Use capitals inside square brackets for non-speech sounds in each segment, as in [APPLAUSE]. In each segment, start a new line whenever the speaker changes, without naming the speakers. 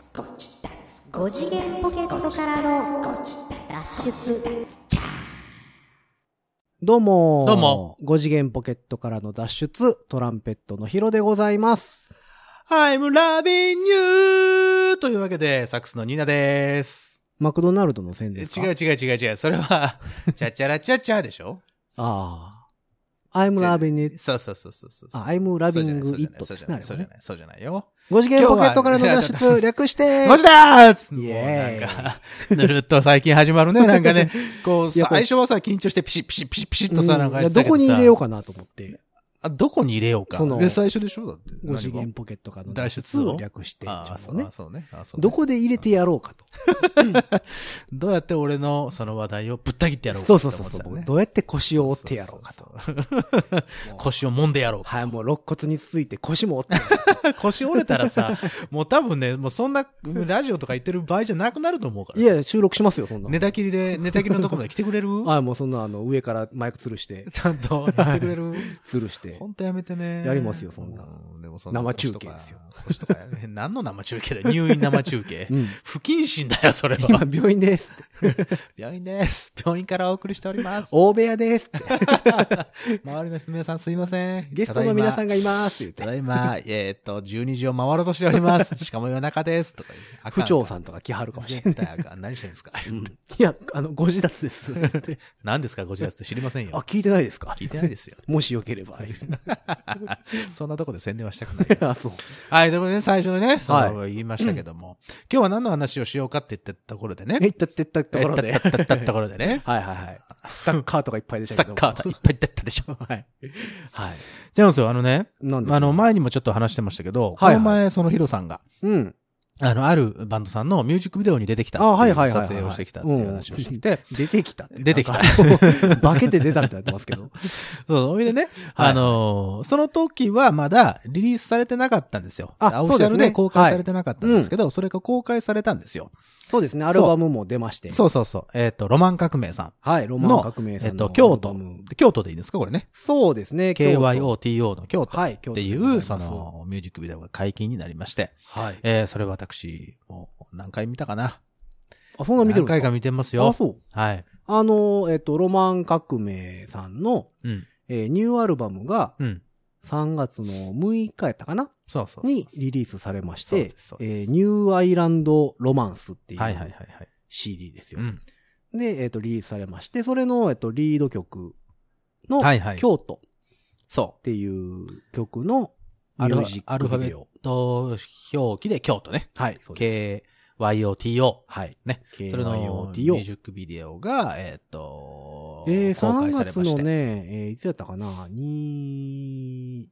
5次元ポケットからの脱出
どうもー
どうも。
5次元ポケットからの脱出、トランペットのヒロでございます。
I'm loving you! というわけで、サックスのニーナです。
マクドナルドの宣
え
伝です
違
か
う違う違う違う。それ
[LAUGHS]
は、チャチャラチャチャでしょ
ああ。I'm
じゃ
loving it.
そうそうそうそうそう。
あ、I'm
そうじゃ
loving
ないそうじゃ
it
ない
ですね。
そうじゃない、そうじゃない、そうじゃないよ。
5次元ポケットからの脱
今日は
出、略して
マジだーつ
イ
も
エーイ
うなんか、ぬるっと最近始
[LAUGHS]
まるね、なんかね。こう、
いやこれ
最初はさ、緊張してピシッピシッピシッピシッと
う
さ、
ん
なんか
い
や
や
ってた
ど
けど
こ
さ
に入れようかなと思って、
あ、どこに入れようか
その。
で、最初でしょだって。
5次
何
元
が
ポケットからの
脱
脱
出
出
を
を略して、
ああ、
ち
そ
ょっと
う
ね
ね。。そうね。あそうね
どこで入れてやろうかと。
どうやって俺のその話題をぶった切ってやろう
そ
か
う
と
そうそ
思
う
って
そ
た
う。
ね。
どうやって腰を折ってやろうかと。
そうそうそう。 [LAUGHS] 腰を揉んでやろうか。
はい、もう肋骨について腰も折ってやろう。
[LAUGHS] 腰折れたらさ、もう多分ね、もうそんなラジオとか言ってる場合じゃなくなると思うから。
いや、収録しますよ、そんなの
寝。たきりで、寝たきりのとこまで来てくれる
はい、もうそ [LAUGHS] んなあの、上からマイク吊るして、
ちゃんとやってくれる
吊るして。
ほんとやめてね。
やりますよそんな
うでもそんな
生中継ですよ
腰とか。腰とかやる何の生中継だよ入院生中
[LAUGHS]
継。
うん。
不謹慎だよ、それ
今
は。、
病院ですって。
[LAUGHS] 病院です。病院からお送りしております。
大部屋ですって。
周りの皆さんすいません。
ゲストの皆さ
ん
んがいますって
た
言って。
だいま、えーっと、12時を回ろうとしております。しかも夜中です。とか言うあか
不
ん
調さんとか来はるかもしれない。
絶対あかん。何してるんですか [LAUGHS]
うん [LAUGHS] いや、あの、ご自立ですって。
何ですかご自宅って知りません
あ、
よ。
聞いてないですか
聞いてないですよ。
もしよければ。
そんなとこで宣伝はしたくないよ。
[LAUGHS] あ、そう。
はい、でもね、最初にね、そ
は
う言いましたけども、今日は何の話をしようかって言ったところでね、
えったってったところ
え
で。
っ
は
た
い
ったったったところで [LAUGHS] ね、
はいはい。スタッカーとかいっぱいでし
サ
たけど
ッ。カーいっぱい出たでし [LAUGHS] ょ。
はい。はい。
違うんですよ、あのね、
なんですか
あの、前にもちょっと話してましたけど、
はいはい
この前、そのヒロさんが、
うん。
あの、あるバンドさんのミュージックビデオに出てきたって
あ、はいいうはいはいはい。
撮影をしてきたっていう話をしてきて、
うん。出てきたって。
出
[LAUGHS]
てき
な
た
んか。化けて出たみたいになってますけ
[LAUGHS]
ど。
そう、それでね、
[LAUGHS] はい
あのーその時はまだリリースされてなかったんですよ。
あ
オフィシャル
そうです
で
ね
公開されてなかったんですけど、それが公開されたんですよ。
そうですね。アルバムも出まして。
そうそうそう。えっ、と、ロマン革命さん。
はい。ロマン革命
え
さ
っ、
んの。
と、京都
アルバム。
京都でいいんですかこれね。
そうですね。京都。
KYOTO の京都っ
はい。京都
て
で
い
ござ
う、
ます
そ、の、ミュージックビデオが解禁になりまして、
はい。
えー、それ私、もう何回見たかな
あ、そんな見てるん
何
です
回
か
か見てます
あ、
よ。
そう。
はい。
あの、えっと、ロマン革命さんの、
うん。
えーニューアルバムが
うん。
3月の6日やったかな
そうそうそう
にリリースされまし
そうで
て
すそう、
え
で
ー
す
ニューアイランドロマンスってい
はいはいはいうはい。
CD ですよ
う。ん。
で、えっと、リリースされまして、それの、えっと、リード曲の、
はいはい。
京都
そう
っ。ていう曲のミュージックビデオ。
と、表記で京都ね。
はい、そうです。
KYOTO。
はい。
ね。
KYOTO
それのミュージックビデオが、えーっと、
えー、
公
3
開され
月
まし
の
て。
ね、えーいつやったかな、に、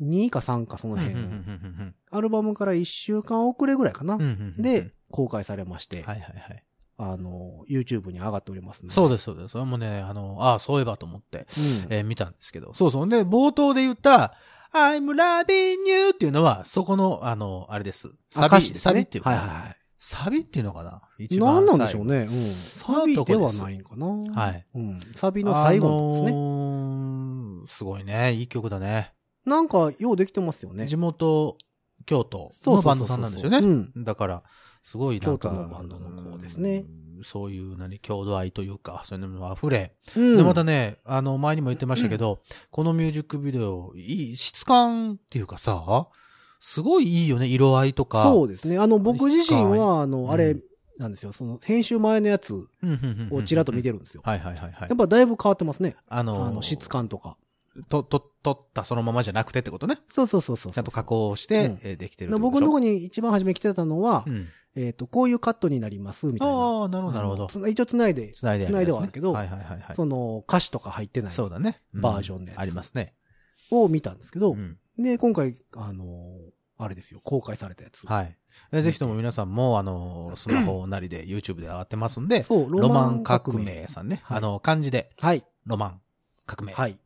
12か3かその
うんうんう
辺、
んうん
アルバムから1週間遅れぐらいかな、
うんうんうんうん
で、公開されまして、
はいはいはい。
あの、YouTube に上がっておりますので。
そう
で
です、そうです。それもね、あの、ああ、そういえばと思って、
す。うん
えー見たんですけど。そうそう。で、冒頭で言った、I'm loving you っていうのは、そこの、あの、あれです。サビ、
歌詞ですね
サビっていうか、
はいはいはい。
サビっていうのかな一
何
番
なんでし
最
ょ
後
うね。うん。サビではないんかな。
はい。
うん。サビの最後のとこです
あ
ね。
のーすごいね。いい曲だね。
なんか、ようできてますよね。
地元、京都
そうそうそうそ
の
う
バンドさんなんですよね。
うん
だから、すごいなんか
京都のバンドの子ですね。
うんそういう、何、郷土愛というか、そういうのも溢れ。
うん
で、またね、あの、前にも言ってましたけど、このミュージックビデオ、いい、質感っていうかさ、すごいいいよね、色合いとか。
そうですね。あの、僕自身は、あ
うん
の、あれ、なんですよ。その、編集前のやつ
うん。うんうんうん
をちらっと見てるんですよ。
はいはいはいはい
やっ。ぱだいぶ変わってますね。
あの
あの、質。感とか。
と、と、撮ったそのままじゃなくてってことね。
そうそうそうそう。
ちゃんと加工して、
うん
えーできてるって
な
こと
僕
でしょ
のとこに一番初め来てたのは
う、ん。
えっと、こういうカットになります、みたいな。
ああ、なるほど、なるほど。
つ一応繋いで、
つないでやる
繋
や
い
つね
ではあるけど
はいはいはいはい。
その、歌詞とか入ってない
そうだね。うん
バージョンのやつ
ありますね。
を見たんですけど
う、ん
で、今回、あのー、あれですよ、公開されたやつ。
はい。えぜひとも皆さんも、あの、スマホなりで YouTube で上がってますんで、
そう、
ロマン革。命さんね。
はい
あの、漢字で、
はい。
ロマン革命。
はい。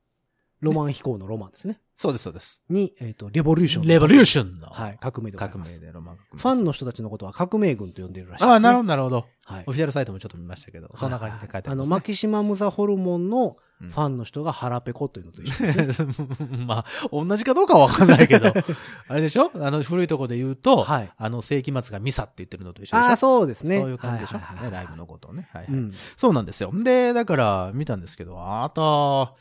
ロマン飛行のロマンですね。
そうです、そうです。
に、えっ、と、レボリューション。
レボリューションの
はい、革命でござい
革
ま
命
す。
でロマン革命。
ファンの人たちのことは革命軍と呼んでるらしいです、ね。
ああ、なるほど、なるほど。
はい
オ。フィシャルサイトもちょっと見ましたけど、そんな感じで書いて
あ
ありま
の、
す、
マ
ね。
キシマムザホルモンの
う
フ
ん
ァンの人が腹ペコというのと一緒ですね。
[LAUGHS] まあ、同じかどうかはわかんないけ
[LAUGHS]
[LAUGHS] ど、あれでしょあの、古いとこで言うと、
はい
あの、世紀末がミサって言ってるのと一緒でしょ
ああ、そうですね。
そういう感じでしょ、
はいはいはい
ねライブのことをね。はいはい
うん。
そうなんですよ。で、だから、見たんですけど、あなた、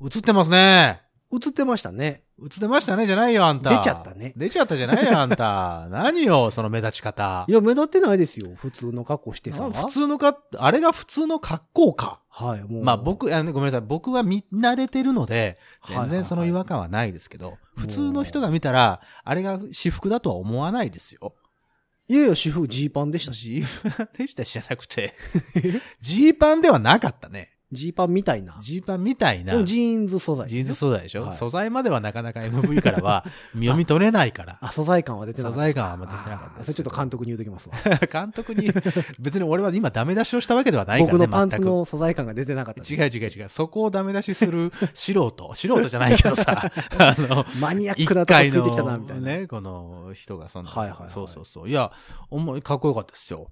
映ってますね。
映ってましたね。
映ってましたね、じゃないよ、あんた。
出ちゃったね
出ちゃったじゃないよ、あん
[LAUGHS]
た。何よ、その目立ち方
い。や、目立ってないですよ。普通の格好してさ。
あ普通のか、あれが普通の格好か。
はい、もう。
まあ、僕、あのごめんなさい、僕は見慣れてるので、
はいはいは
全
い
然その違和感はないですけど、普通の人が見たら、あれが私服だとは思わないです [LAUGHS] よ。
いやいや、主婦ジーパンでしたし。
ジーパンでしたしじゃなく
[LAUGHS]
て、ジーパンではなかったね。
ジーパンみたいな。
ジーパンみたいな。
でもジーンズ素材。
ジーンズ素材でしょ、
はい
素材まではなかなか MV か
[LAUGHS]
らは読み取れないから。
あ、素材感は出てなか
素
った。
材感はあんま出てなかった
あー
で
それ
す
ちょ
け
っと
[LAUGHS] ど。
監督に言うときますわ。
監
[LAUGHS]
督に、別に俺は今ダメ出しをしたわけではないからね、
僕のパンツ
全く
の素材感が出てなかったです。
違う違う違う。そこをダメ出しする素人。素人じゃないけど
[LAUGHS]
さ。あの、
マニアッ
一
クなとこつ
回
いて
の
きたな、みたいな。
ね、この人がそんな、
はいはいはい
そうそうそう。いや、おもかっこよかったですよ。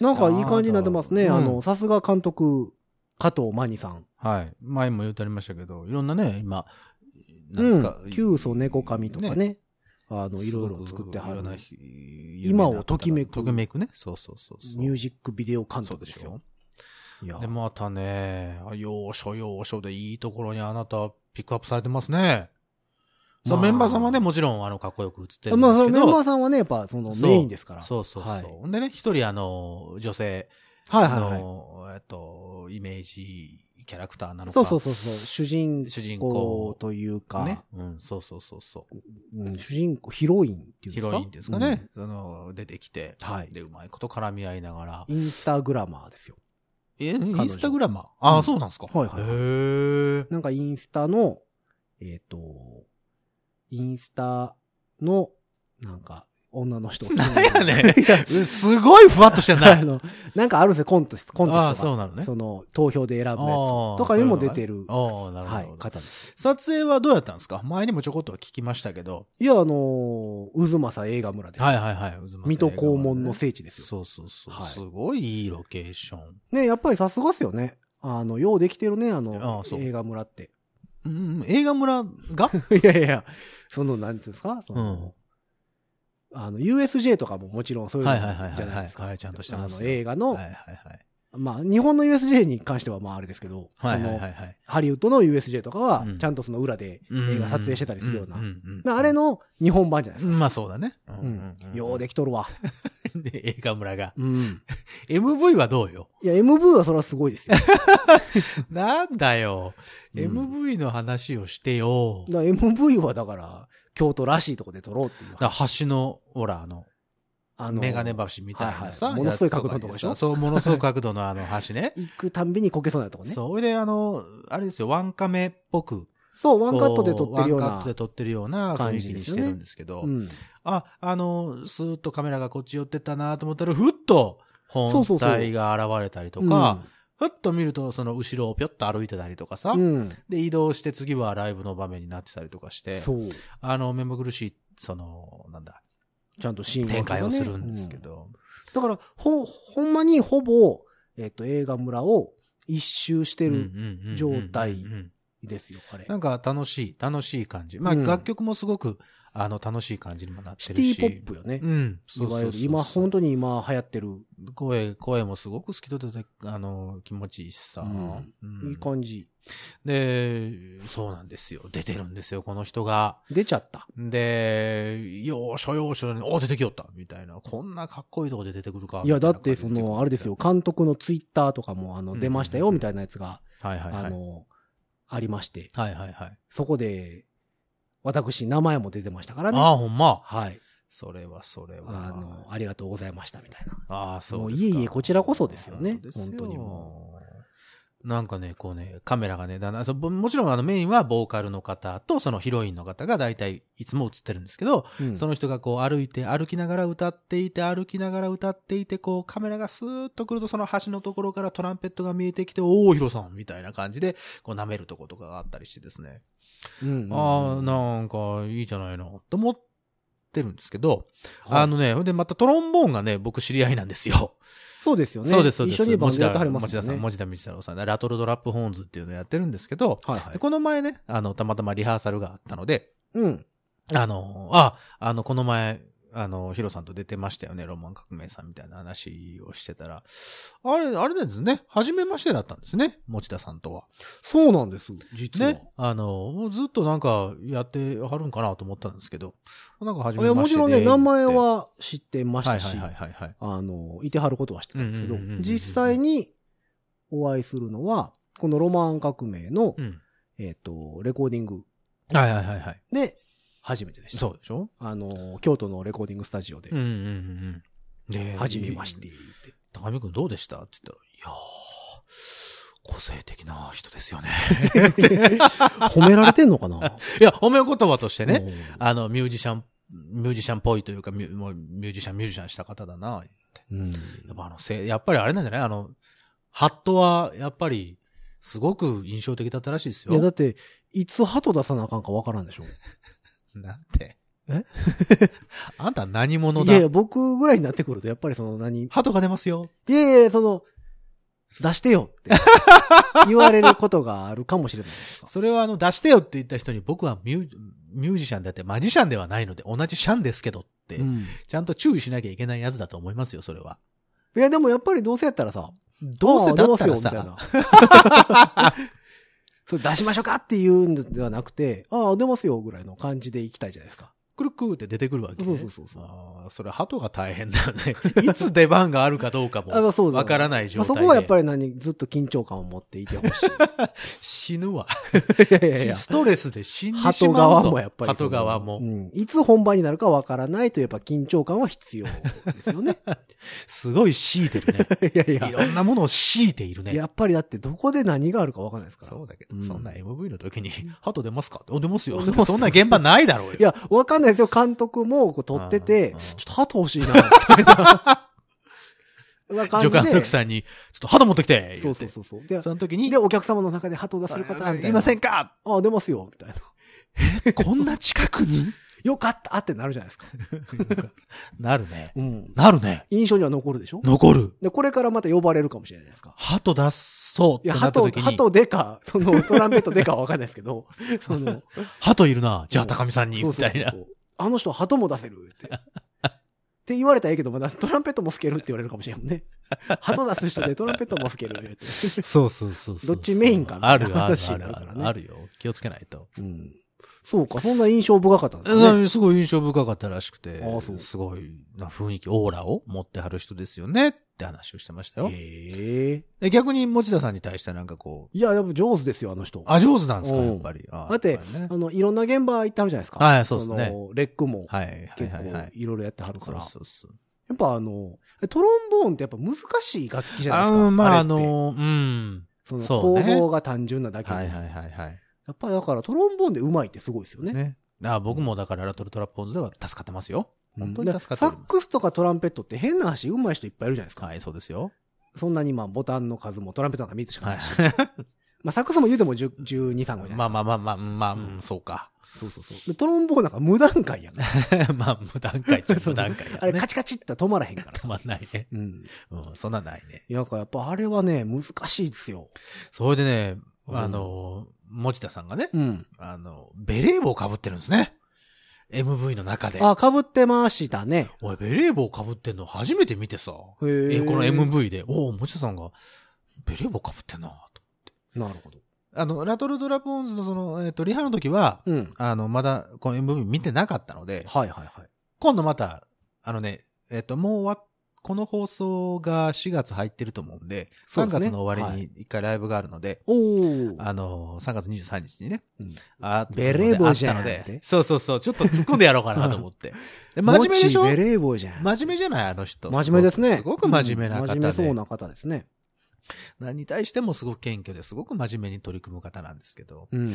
なんかいい感じになってますね。
あー
あの、さすが監督、加藤マニさん。
はい。前も言うてありましたけど、いろんなね、今、なんですか。
うん。旧祖猫髪とかね。あの、いろいろ作っては
すごくい
る
ろん。な
今をときめく
ときめくね。そうそうそうそう。
ミュージックビデオ監
そう
督
で
です
し
よ
ょ。。
いや
で、、またね、あ要所要所でいいところにあなたピックアップされてますね。そう
まあ
メンバーさんはね、もちろんあの、かっこよく映ってるん
ま
で
あ、
す
その
け
メンバー
ど。
さんはね、やっぱ、その
そう
メインですから。
そうそう
はい
そう。ほんでね、一人あの、女性
はいはいはい。
の、えっと、イメージキャラクターなのか。
そうそうそうそう。主人
主人
公
公
というか、
ね。うん、そうそうそうそう。
うん主人公、ヒロインっていうんです
ヒ
か
ロインですかね。。その、出てきて。
はい
で、うまいこと絡み合いながら
う。んインスタグラマーですよ。
え、イ
女
ンスタグラマーあ
う
あ、
ん
そうなんですか
はいはいはい
へー
なんかインスタの、えっ、と、インスタの、なんか、女の人。
[LAUGHS]
なん
やねんうん [LAUGHS] すごいふわっとしてんな。
あの、なんかあるんですよ、コンテスト、コンテストが。
ああ、そうなのね。
その、投票で選ぶやつ
あー
とかにも出てる、
ああ、なるほ
は
ど
い、
なるほど。
方です。
撮影はどうやったんですか前にもちょこっとは聞きましたけど。
いや、あのー、渦政映画村です。
はいはいはい。渦
水戸黄門の
い
聖地で
です
よ。
そうそうそう。
はい
すごいいいロケーション。
ね、やっぱりさすがっすよね。あの、ようできてるね、あ
あ
の
あ、そう
映画村って。 [LAUGHS]
うん、映画村が
いやいやいや、その、なんていうんですかそ
うん
の、あの、USJ とかももちろん [LAUGHS] そういうの
はい
じ
はいはいはい
ゃないですか。
はいちゃんとしてますよ
あの、映画の、
はいはいはい。
まあ、日本の USJ に関してはまああれですけど、
はいはいは
その、
いはい。
ハリウッドの USJ とかは
うん、
ちゃんとその裏で
うん
映画撮影してたりするような。
んんん
なあれ、の日本版じゃないですか。
まあそうだね。う
うん
[LAUGHS] ん。
ようできとるわ。
で映画村が。
うん。
[LAUGHS] MV はどうよ
いや、MV はそれはすごいですよ。だか
なんだよ。
うん
MV の話をしてよ。
ら MV はだから、京都らしいとこで撮ろうっていう。
だから橋の、ほら、あの、
あの
メガネ橋みたいなさ、
はいはいものすごい角度のとこでしょ。
やつとかにさそう、ものすごい角度のあの橋ね
行くたんびにこけそうなとこね。そう。
そう、それであの、あれですよ、ワンカメっぽく。
ワンカットで撮ってるよう
こワンカッ
な
トで。撮ってるような雰囲気にしてるんですけど、
うん。
あ、あの、スーッとカメラがこっち寄ってったなと思ったら、ふっと
そう
本
そうそう
体が現れたりとか、ふっと見るとその後ろをぴょっと歩いてたりとかさ、
うん、うん。
で、移動して次はライブの場面になってたりとかして、
そう。
あの、目まぐるしい、その、なんだ、
ちゃんとシーン分け
展
がね
開をするんですけ。ど。
うんだから、ほ、ほんまにほぼ、えっ、と、映画村を一周して
うん
る
うんうんうん
状態
うんうん
ですよ、あれ
な。んか楽しい、楽しい感じ。まあ、
うん
楽曲もすごく、あの、楽しい感じにもなっ
シ
て
テ
るし。
ィポップよね。
うん。
いわゆる、今、
ほ
本当に今流行ってる、
声、声もすごく透き通ってて、あの、気持ちいいしさ。
うん
うん
いい感じ。
で、そうなんですよ。出てるんですよ、この人が。
出ちゃった。
で、要所要所に、お、出てきよったみたいな。こんなかっこいいとこで出てくるか。
いや、
み
だっ
たな感
て、
じ
その、あれですよ、。監督のツイッターとかも、あ
う
の、
ん
出ましたよ、みたいなやつが、
はいはいはい。
あの、ありまして、
はいはいはい。
そこで、私、名前も出てましたからね。
ああ、ほんま。
はい。
それはそれは。
あの、ありがとうございました、みたいな。
ああ、そう
もう
ですか。
いえいえこちらこそですよね
ですよ
本当にも
なんかね、こうね、カメラがね、だんだんそうぼもちろんあのメインはボーカルの方とそのヒロインの方が大体いつも映ってるんですけど、
うん
その人がこう歩いて、歩きながら歌っていて、歩きながら歌っていて、こうカメラがスーッと来るとその橋のところからトランペットが見えてきて、おーヒロさんみたいな感じで、こう舐めるとことかがあったりしてですね。
うんうん
ああ、なんかいいじゃないの、と思ってるんですけど、
はい
あのね、ほんでまたトロンボーンがね、僕知り合いなんですよ。
そうですよね。
そうです、そうです。
一緒にバンドやってはりま
持
す
田
よ
さん、
ね。
持田道太郎さんね、ラトルドラップホーンズっていうのやってるんですけど、
はいは
で
い。
この前ね、あの、たまたまリハーサルがあったので、
うん。
あの、あ、あの、この前、あの、ヒロさんと出てましたよね、ロマン革命さんみたいな話をしてたら、あれ、あれなんですね、初めましてだったんですね、持田さんとは。
そうなんです。実は。
ね、あの、もうずっとなんかやってはるんかなと思ったんですけど、なんか初
い
め
や、
ま
も
し
ち
てで。
ろんね、名前
は
は知ってま
い
し
はい
たし、
はいはいはい。
あの、いてはることは知ってたんですけど
うんうんうんうんう、ん
実際にお会いするのは、このロマン革命の
う、ん。
えっと、レコーディング
はいはいはいはい。
で、初めてでした。
そうでしょ
あの、京都のレコーディングスタジオで
うん、うんうんうん。で
初めまして。言って。
高見くんどうでしたって言ったら、いやー、個性的な人ですよね。 [LAUGHS]
[LAUGHS] 褒められてんのかない
や、褒め言葉として [LAUGHS] ね、
ね。
あの、ミュージシャン、ミュージシャンっぽいというか、ミュもうミュージシャン、ミュージシャンした方だな。
うん。
やっぱあの、せ、やっぱりあれなんじゃないあの、ハットは、やっぱり、すごく印象的だったらしいです
いや、だ
よ。
って、いつ鳩出さなあかんかわからんでしょ。
なんて。
え
[LAUGHS] あんた何者
いやい
だ
や、僕ぐらいになってくると、やっぱりその何、い
ハトが出ますよ。
やいや、その、出してよって
[LAUGHS]
言われることがあるかもしれないですか。
それはあの、出してよって言った人に、僕はミューミュージシャンであって、マジシャンではないので、同じシャンですけどって、
うん
ちゃんと注意しなきゃいけないやつだと思いますよ、それは。
いや、でもやっぱりどうせやったらさ、
どうせだったら
ああ出
さ、
ますよみたいな [LAUGHS] そう出しましょうかっていうんではなくて、ああ、出ますよぐらいの感じでいきたいじゃないですか。
くるくるって出てくるわけ、ね。
そうそうそうそう
ああ、それ、鳩が大変だね。 [LAUGHS] いつ出番があるかどうかも、
あまあそうだ
わからない状
まあ、
態で。
そこはやっぱり何、ずっと緊張感を持っていてほ
[LAUGHS]
しい。い
死ぬわ。
やいやいや。
ストレスで死んでしまうぞ。
鳩側もやっぱり。
鳩側
う
も。
ん。いつ本番になるかわからないとやっぱ緊張感は必要ですよね。
すごい強いてるね。
いやい
[LAUGHS] いろんなものを強いているね。
やっぱりだってどこで何があるかわかんないですから。
そうだけど、
うん
そんな MV の時に、鳩出ますかお出ますよ
出ま。す
[LAUGHS] そんな現場ないだろうよ。
いや、わかんないですよ。監督もこう撮ってて
うんうん、
ちょっと鳩欲しいな、みたいな。な感じ
[LAUGHS] 助
で。
監督さんに、ちょっと鳩持ってきて
そ
言
う
っ
そう
て。
そうそう。で、
その時に
で、、お客様の中で鳩を出せる方、みたいな。
いませ
ん。
んか
あ、出ますよ、みたいな。
こんな近くに
よかったってなるじゃないですか。
なるね。
うん。
なるね。
印象には残るでしょ
残る。
で、これからまた呼ばれるかもしれないじゃないですか。
鳩出そう
いや、
ってな [LAUGHS] った
鳩、
時に、
鳩でか、その、トランペットでかはわかんないですけど、その、
鳩いるな。じゃあ
うん
高見さんに、みたいな
そ。うそうそうあの人は鳩も出せる
[LAUGHS]
って。って言われたらええけど、まだトランペットも吹けるって言われるかもしれんもん
[LAUGHS]
ね。鳩出す人でトランペットも吹けるって。
そうそうそうそ
ど
う。
っちメインかな
あるある
話
あ
になる
る
から
あ
ね
る。あるよ。気をつけないと。
うん。そうか、そんな印象深かったんですね。
うんすごい印象深かったらしくて
ああそ、う
すごいな雰囲気、オーラを持ってはる人ですよねって話をしてましたよ。
へえ。
で逆に持田さんに対してなんかこう、
いや、でも上手ですよ、あの人。
あ、上手なんですか、
うん
やっぱり。あ
だって
やぱりね
あの、いろんな現場行ってはるじゃないですか。
はいそうですね
のレックも
はいはい
結
はいは
構
い。
いろいろやってはるか
そ
ら。
う
や
そうそう。
っぱあの、トロンボーンってやっぱ難しい楽器じゃない
あ
ですか。
ーまあ、あ
れって
の、うん。
その
そう
構
ね
造が単純なだけで。
はいはいはいはい。
やっぱりだからトロンボーンで上手いってすごいですよね。
ね。あ僕もだからラトルトラップポーズでは助かってますよ。本当に
だ
助か
から
って
サ
おり
ッ
ます。
クスとかトランペットって変な話上手い人いっぱいいるじゃないですか。
はい、そうですよ。
そんなにまあボタンの数もトランペットなんか3つしかな
は
いいし。。まあサックスも言うても10 12、3個じゃないですか。
[LAUGHS] まあまあまあまあ、まあ、
うん
そうか。 [LAUGHS]
そうそうそう。でトロンボーンなんか無段階や [LAUGHS] ん。
まあ、無段階っちゃ無段階やね。
あれカチカチって止まらへんから
止
さ。
[LAUGHS] まんないね。
うん。
うん、そんなんないね。
いや、なんかやっぱあれはね、難しいですよ。
それでね、
うん
あの、持田さんがね、
うん。
あの、ベレー帽被ってるんですね。MV の中で。
あ、被ってましたね。
俺、ベレー帽被ってんの初めて見てさ。
へ
え、
ー
この。MV で、おお、持田さんが、ベレー帽被ってんなと。
なるほど。
あの、ラトルドラポーンズのその、えっ、と、リハの時は、
うん。
あの、まだ、この MV 見てなかったので、
はいはいはい。
今度また、あのね、えっ、と、もう終わっこの放送が4月入ってると思うんで、
そう
3
ですね
月の終わりに一回ライブがあるので、
おー。
あのー、3月23日にね、
うん
あ
ベレー帽じゃん
あったの
って
で、そうそうそう、ちょっと突っ込んでやろうかなと
[LAUGHS]
思って。で真面目でしょ
モッチーベレー帽じゃん。
真面目じゃないあの人。
真面目ですね。
すごくすごく真面目な
うん
方
真
で。
面目そうな方ですね。
何に対してもすごく謙虚ですごく真面目に取り組む方なんですけど、
うん。
うん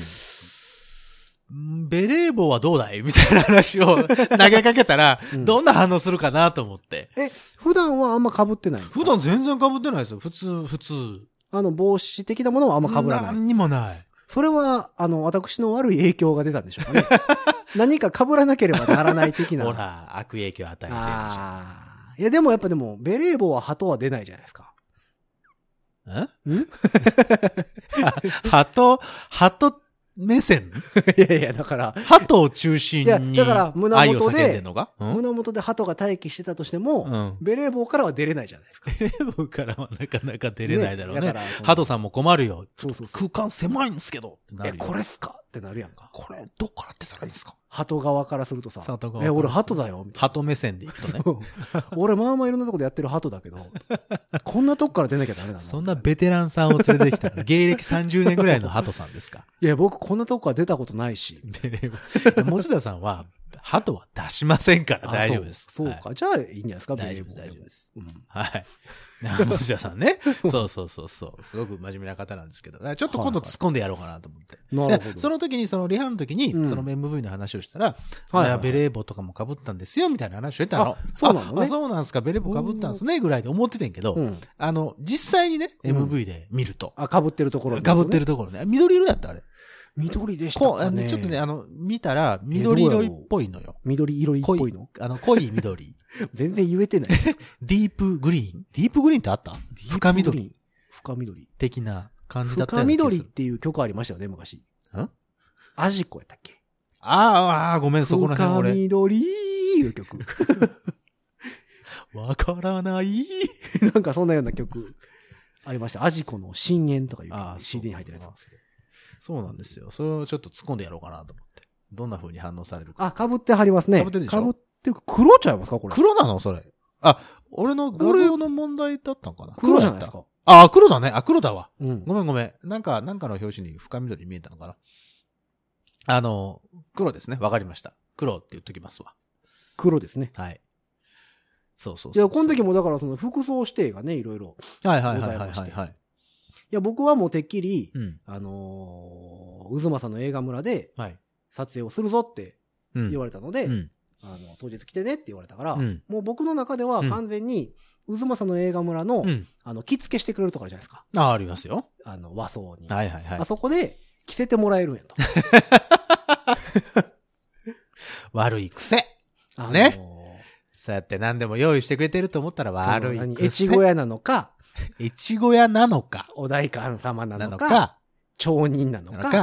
ベレー帽はどうだいみたいな話を投げかけたら、
[LAUGHS] うん
どんな反応するかなと思って。
え、普段はあんま被ってないんですか
普段全然被ってないですよ。普通、普通。
あの、帽子的なものはあんま被らない。
何にもない。
それは、あの、私の悪い影響が出たんでしょ
[LAUGHS]
うかね。何か被らなければならない的な。
ほら、悪影響を与えてるじゃ
あーいや、でもやっぱでも、ベレー帽は鳩は出ないじゃないです
[LAUGHS]
か。
ん。ん
ん
[LAUGHS] 鳩、鳩目線
いやいや、だから、
鳩を中心
いや
に
だから胸
愛を叫
元
ん
で
でんのがうん
胸元で鳩が待機してたとしても、
うん。
ベレー帽からは出れないじゃないですか。
デブからはなかなか出れないだろうね。
からその
鳩さんも困るよ。
そうそうそう。
空間狭いんですけど。な
え、
るよ
これっすかってなるやんか。
これ、どっから出たらいいんですか
鳩側からするとさ、
鳩側
え、俺鳩だよ、みたい
鳩目線でいく
[LAUGHS]
とね
な。。俺まあまあいろんなとこでやってる鳩だけど、こんなとこから出なきゃダメなんだ。
そんなベテランさんを連れて
[LAUGHS]
きたの芸歴30年ぐらいの鳩さんですか。
いや、僕こんなとこから出たことないし。
で、 [LAUGHS] 持田さんは、鳩は出しませんから
あ
大丈夫です。
そうそうか。じゃあいいんじゃないですか、
はい。大丈夫
ベ
で
レ
す、
ー帽でも
大丈夫です。
うん
はい。 [LAUGHS] あ持田さんね。そうそうそうそう。すごく真面目な方なんですけど。だからちょっと今度突っ込んでやろうかなと思って。
なるほど。
[LAUGHS] その時に、そのリハの時に、
うん
その MV の話をしたら、
はいはい
あベレー帽とかも被ったんですよ、みたいな話をしてたの
あ。そうなのね
ああそうなんですか、ベレー帽被ったんですね、ぐらいで思っててんけど、
うん。
あの、実際にね、
うん
MV で見ると。
あ、被ってるところ、
被ってる。ところね。緑色だった、あれ。
緑でした
こう、あ
か
の
ね。
ちょっとね、あの、見たら、緑色っぽいのよ。
緑色っぽ
濃
い
い
の、
あの、濃
[LAUGHS]
い緑。
全然言えてない。
ディープグリーン。ディープグリーンってあった [LAUGHS] 深緑。
深緑。
的な感じだった
深
ような気がす
緑っ
る
ていう曲ありましたよね、昔。
ん
アジコやったっけ
あーあー、ごめん、そこら
深
辺
緑いう曲。 [LAUGHS]
俺。わからない。
なんかそんなような曲ありました。アジコの深淵とかいう曲
ああ、
CD に入ってるやつ。
つ。そうなんですよ。それをちょっと突っ込んでやろうかなと思って。どんな風に反応されるか。
あ、被ってはりますね。
被ってるでしょ
被ってる黒ちゃいますかこれ。
黒なのそれ。あ、俺の画像の問題だったのかな
黒じゃないです
黒だっ
か。
た。あ、黒だね。あ、黒だわ。
うん。
ごめんごめん。なんか、なんかの表紙に深緑に見えたのかな。あの、黒ですね。わかりました。黒って言っときますわ。
黒ですね。
はい。そうそう
い
そう。
や、この時もだからその服装指定がね、いろいろ。
はいはいはいはい
ございま
は
し
い、はい。
いや、僕はもうてっきり、
うん。
あのー、渦政の映画村で
はい。
撮影をするぞって
うん。
言われたので、
うん。
あの、当日来てねって言われたから、
うん
もう僕の中では完全に、渦政の映画村の、
うん。
あの、着付けしてくれるとこあるじゃないですか。
あ、ありますよ。
あの、和装に。
はいはいはい
あ。そこで着せてもらえるんやと。
悪い癖。
あのー
ねそうやって何でも用意してくれてると思ったら
その
悪い
何
癖。
越後屋なのか、
越後屋なのか。
お代官様な
な
の
の
か、
か。
町人なの
な
か、
のか。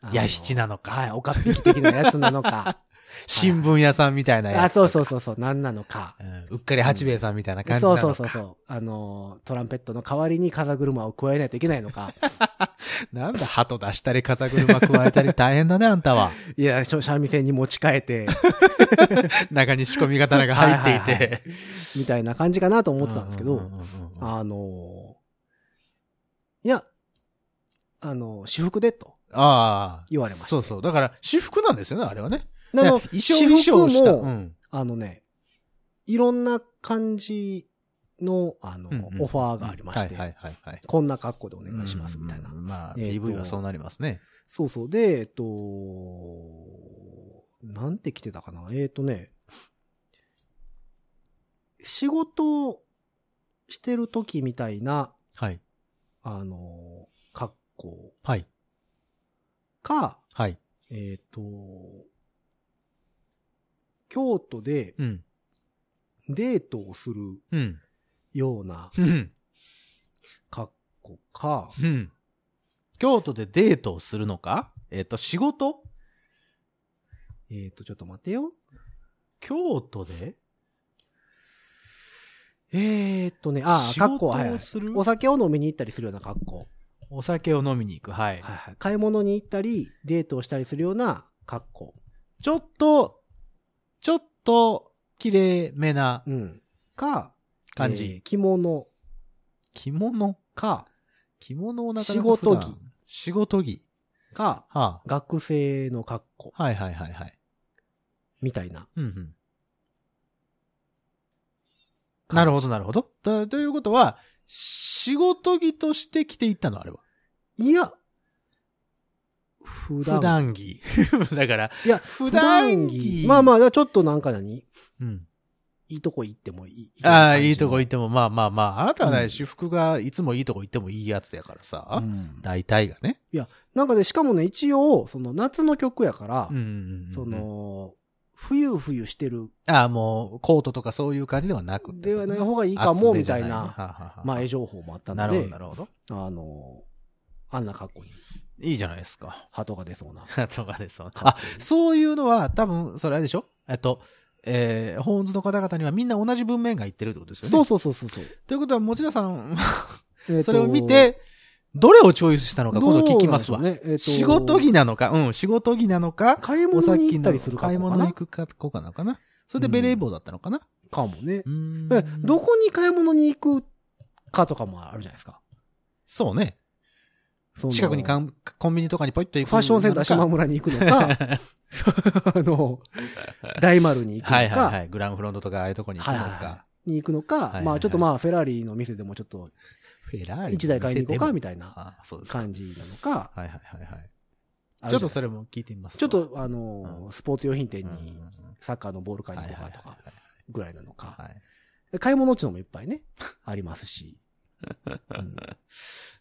あのー
屋敷なのか。
はい、おかっぴき的なやつなの
[LAUGHS]
か、
新聞屋さんみたいなや
あ、
つ。
そうそうそうそう、なんなのか。
うんうっかり八兵衛さんみたいな感じな
そ
の
う
か。
そうそうそう。あのー、トランペットの代わりに風車を加えないといけないの
[LAUGHS]
か。
なんだ、鳩出したり、風車加えたり、大変だね、あんたは。
いや、しょ三味線に持ち替えて、
[LAUGHS] 中に仕込み刀が入ってい
はいはい
て。
みたいな感じかなと思ってたんですけ
う
ど
んう、んうんうん
あのー、いや、あのー、私服でと。
ああ。
言われました
そうそう。だから、私服なんですよね、あれはね。
あの、
衣装衣装をした。
私服も
うん。
あのね、いろんな感じの、あの、
うんうん
オファーがありまして、
はいはいはいはい。
こんな格好でお願いします、みたいな。
うんうんうんまあ、
えーと
PV はそうなりますね。
そうそう。で、えっと、なんて来てたかな。えっとね、仕事をしてる時みたいな、
はい。
あの、格好
はい。
か、
はい。
えっと、京都で
うん。
デートをする
うん。
ような
うん。
格好か、
うん。京都でデートをするのかえっ、と、仕事
えっ、と、ちょっと待ってよ。
京都で
えー、っとね、ああ、
仕
格
事
好はい、は
を
い。
する、
お酒を飲みに行ったりするような格好。
お酒を飲みに行く。はい。
はいはい。買い物に行ったり、デートをしたりするような格好。
ちょっと、ちょっと、綺麗めな
うん。か、
感
え
じ。
ー着物
着物
か、
着物をなかなか
仕事着
普段。仕事着。
か、
は
学生の格好
あ。はいはいはいはい。
みたいな。
うんうん。なるほどなるほど。とということは、仕事着として着ていったの、あれは。
いや、普段。
普段着。だから、 [LAUGHS]
いや、
普
普段着。まあまあ、ちょっとなんか何
うん。
いいとこ行ってもいい。
ああ、いいとこ
っ
行っても、まあまあまあ、あなたはね、
うん
私服がいつもいいとこ行ってもいいやつやからさ、
うん
大体がね。
なんかね、しかもね、一応、その夏の曲やから、
ん
そ、の、冬冬してる
ああ、もう、コートとかそういう感じではなくって
ではない
い
方がいいかも、みたい
はあ
な
はあはあ
前情報もあった
な
の
るほど、
で
な、るほど。
あの、あんな格好に
いいじゃないですか。
鳩が出そうな。
とかですわあ、そういうのは、多分、それあれでしょえっと、えー、ホーンズの方々にはみんな同じ文面が言ってるってことですよね。
そうそうそうそうそう。
ということは、持田さん、
えーと
それを見、て、どれをチョイスしたのか、今度聞きますわ。
どうなんでしょうねえーと
仕事着なのか、うん、仕事着なのか、
買い
お
物
先
に行ったりする
買い
格好か
物
な
行く格好かなかな。それでベレー帽だったのかな。
かもね。
うーん
えどこに買い物に行くかとかもあるじゃないですか。
そうね。
その
近くにか
フ
んコンビニとかにポイッと行く。
ァッションセンター島
も
村に行くのか、 [LAUGHS] あの、大丸に行く
はい
の
はいは
か、
い。グランフロントとかああいうとこに行くの
はいはいは
か。
に行くの
いは
か
い、
まあちょっとまあフェラーリの店でもちょっと
フェラーリ
一台買いに行こうかみ
たい
たいな
ああ、そうですか。はい
感じなのか、
はいはいはい。
あるじゃな
ちょっ
いで
と
すか
それも聞いてみますわ。
ちょっとあの、スポーツ用品店
うん、
にサッカーのボール買いに行こうかとか
はいはい
ぐらいなのか
は。いはい。
で買い物っちゅうのもいっぱいね、 [LAUGHS] ありますし。うん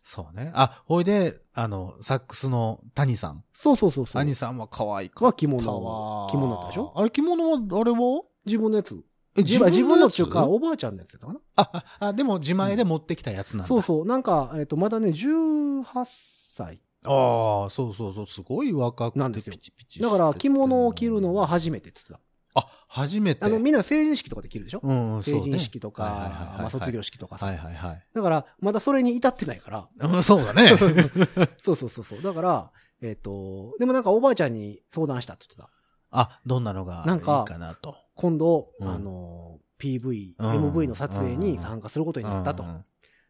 そうね。あ、ほいで、あの、サックスの谷さん。
そうそうそうそう。
谷さんは可愛いか
は着
った
物
わ。
着物だったでしょ
あれ着物は、あれは
自分のやつ。
え
自分自分の
や
っていうか、おばあちゃんのやつだったかな。
あ、ああ、でも自前で持ってきたやつなんだ。
そうそう。なんか、えっ、と、まだね、18歳。
ああ、そうそうそう、すごい若くて
なんですよ
ピチピチして
だ
て
から、着物を着るのは、初めてって言って
あ、初めて。
た。あの、みんな成人式とかで着るでしょ、
うんうん、そう
成
ね
人式とか、
はいはいはいはい
まあ、卒業式とかさ。
はいはいはい。
だから、まだそれに至ってないから。
うん、そうだね。
[LAUGHS] そうそうそうそう。だから、えっ、と、でもなんかおばあちゃんに相談したって言ってた。
あ、どんなのがい
なん
い
か
かなと。
今度、
うん
あの、PV、
うん
MV の撮影に参加することになったと。
うんうん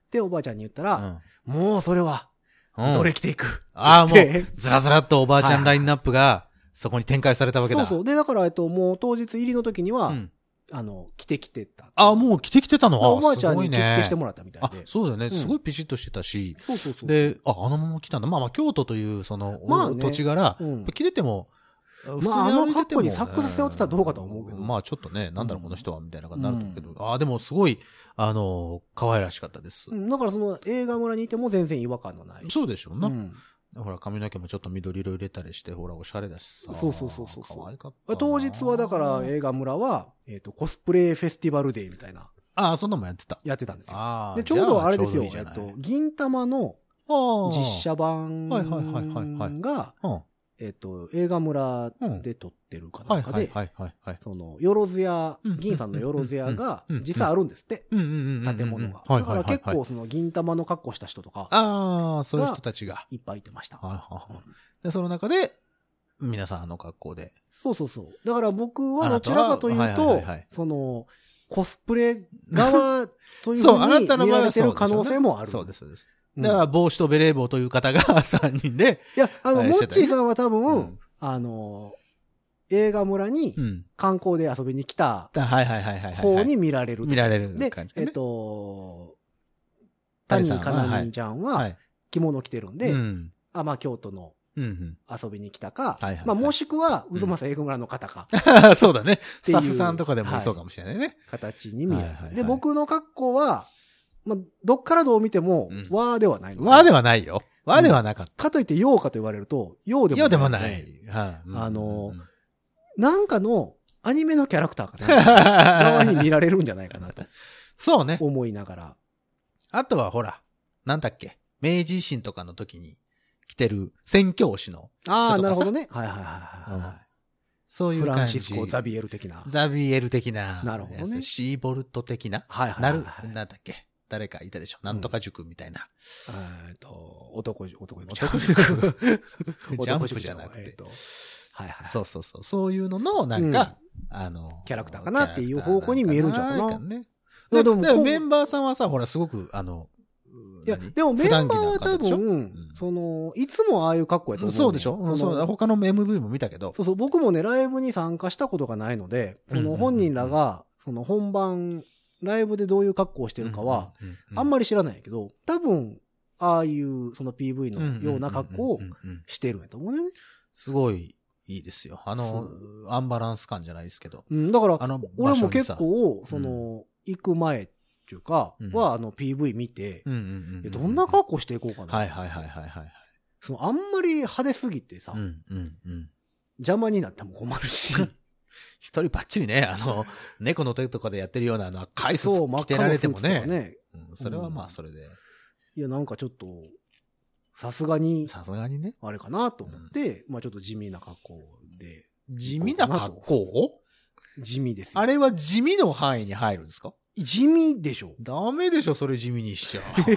で、おばあちゃんに言った
う
ら、
ん
もうそれは、
うん
どれ着ていく、
ああ、もう、
って
ずらずらっとおばあちゃんラインナップが、そこに展開されたわけだ。
そうそう。で、だから、えっと、もう当日入りの時には、
うん
あの、着てきてた。
あ、もう着てきてたの
まあおばあちゃん
すご
に
い
着
ね
付けしてもらったみたい
あ
で。、
そうだよね。
ん
すごいピシッとしてたし。
そうそうそう。
で、あ、あのまま来たんだ。まあまあ、京都という、その、
まあね
土地柄、
うん
着てても、普
まあ
歩いててもね
あの格好にサックス背負ってたらどうかと思うけど
まあ、ちょっとね、なんだろう、この人は、みたいな感じになるけど、
う
ああ、でも、すごい、あの、可愛らしかったです。
うんだからその映画村にいても全然違和感のない。
そうでしょうな、
うん
ほら、髪の毛もちょっと緑色入れたりして、ほら、おしゃれだしさ。
そうそうそうそうそう
可愛かったな。
当日はだから映画村は、えっ、と、コスプレフェスティバルデーみたいな、
ああ、そんなもんやってた。
やってたんですよ。
ああ。
で、ちょうどあれですよ、えっ、
じゃあちょうどい
と
い、
銀玉の実
じゃない
写版
はいはいはいはいはい
が、
ああ。
えっ、と、映画村
うん
で撮ってるか
うん。は
ないんか
はい
で、
はいはいはい。
その、よろずや
うん、
銀さんのよろずやが
うんうんうん、
実際あるんですって。
うんうんうんうんうん。
建物が。
はい
だ
は
か
いは
ら
いはい
結構その銀玉の格好した人とか、
ああ、そういう人たちが。
いっぱいいてました。
はいはいはい。で、その中で、皆さんあの格好で。
そうそうそう。だから僕は
あな
ど
た
ち
は
らかと
はいいうはいは
と
いはい、
その、コスプレ側というふ
そう、あ
う
な
に
たの
見
場合
られ
は
て
そう
る可能性もある。
そうです、そうです。
うん。
だから、帽子とベレー帽という方が [LAUGHS] 3人で、
いや、あの、
あれ
モ
して
ッ
たよ
チ
ね
ーさんは多
う
分
ん、
あの、映画村に
うん。
観光で遊びに来た
だはいはいはいはいはい。
方に見られると。
見られる
で
感じ、
え
ね。
っと、
谷
谷
さんは
かなみちゃん
は。
はい着物着てるんで
う、ん。
あ、まあ京都の
うんうん。 [LAUGHS]
遊びに来たか、
はいはい
まあもしくは、
うん
うずまさ映画村の方か、
そうだね。
て
ス
いう
タッフさんとかでも
はい
そうかもしれないね。
形に見える。
はいはいはい
で、僕の格好は、まあ、どっからどう見ても
うん、
和ではないの
和ではないよ。和ではなかった。
かといって、洋かと言われると、洋でも
いや、でもない。。はい。うん
あの
うん。
なんかの、アニメのキャラクターかな側に見られるんじゃないかなと
[LAUGHS] そうね。
思いながら。
あとはほら、なんだっけ。明治維新とかの時に着てる宣教師の
ああ、
そうとかさ
なるほどね。はいはいはいは
そう
い。
いう
フ
感じ。
ランシスコ・ザビエル的な。
ザビエル的な。
なるほどね
シーボルト的な。
はいはい
な
はい
る、
はい。
なんだっけ。誰かいたでしょ。なんとか塾みたいな。
えっと、男、
[LAUGHS]
[LAUGHS] 男塾。
男塾ジャ
男
ン
塾
プじゃなく。
えってとはいはい。
そうそうそう。そういうのの、なんか、あの、
キャラクターかなっていう方向に見えるんちゃうかな
キャラクターんね
いや
で
で
も
も
メンバーさんはさ、ほら、すごく、あの、
いや、
何
でもメンバーは多
普段着な感じでしょ
分、
ん
その、いつもああいう格好やと思うねん、
そうでしょう
そ
んそう
の
他の MV も見たけど
そ。うそう、僕もね、ライブに参加したことがないので、そ
うんうんうんう
の
ん
本人らが、その本番、ライブでどういう格好をしてるかは、
うんうんうんうん、
あんまり知らないんやけど、多分、ああいう、その PV のような格好を
んんんんん
してるんやと思うね。
すごいいいですよ。あの
そ、
アンバランス感じゃないですけど。
うん、だから
あ、の、
俺も
場所に
結
さ。
構、その、
う
行く前っていうか、
うん
は、あの、PV 見て、
うんうんう
え
ん。
どんな格好していこうかな。
はいはいはいはいはい。
その、あんまり派手すぎてさ、
うんうんうん。
邪魔になっても困る
[LAUGHS]
し、
一人ばっちりね、あ [LAUGHS] の、猫の手とかでやってるような、あの、赤いス
そう
ー
真っ
ツ着て
赤
ら
な
れ
ス
て
ー
も
ツとか
ね。
ね。
うんそれはまあ、それで。
いや、なんかちょっと、さすがに、
さすがにね。
あれかなと思って、まあちょっと地味な格好で、
地味な格好
地味ですよ。
あれは地味の範囲に入るんですか
地味でしょ
ダメでしょ、それ地味にし [LAUGHS] ちゃ。
え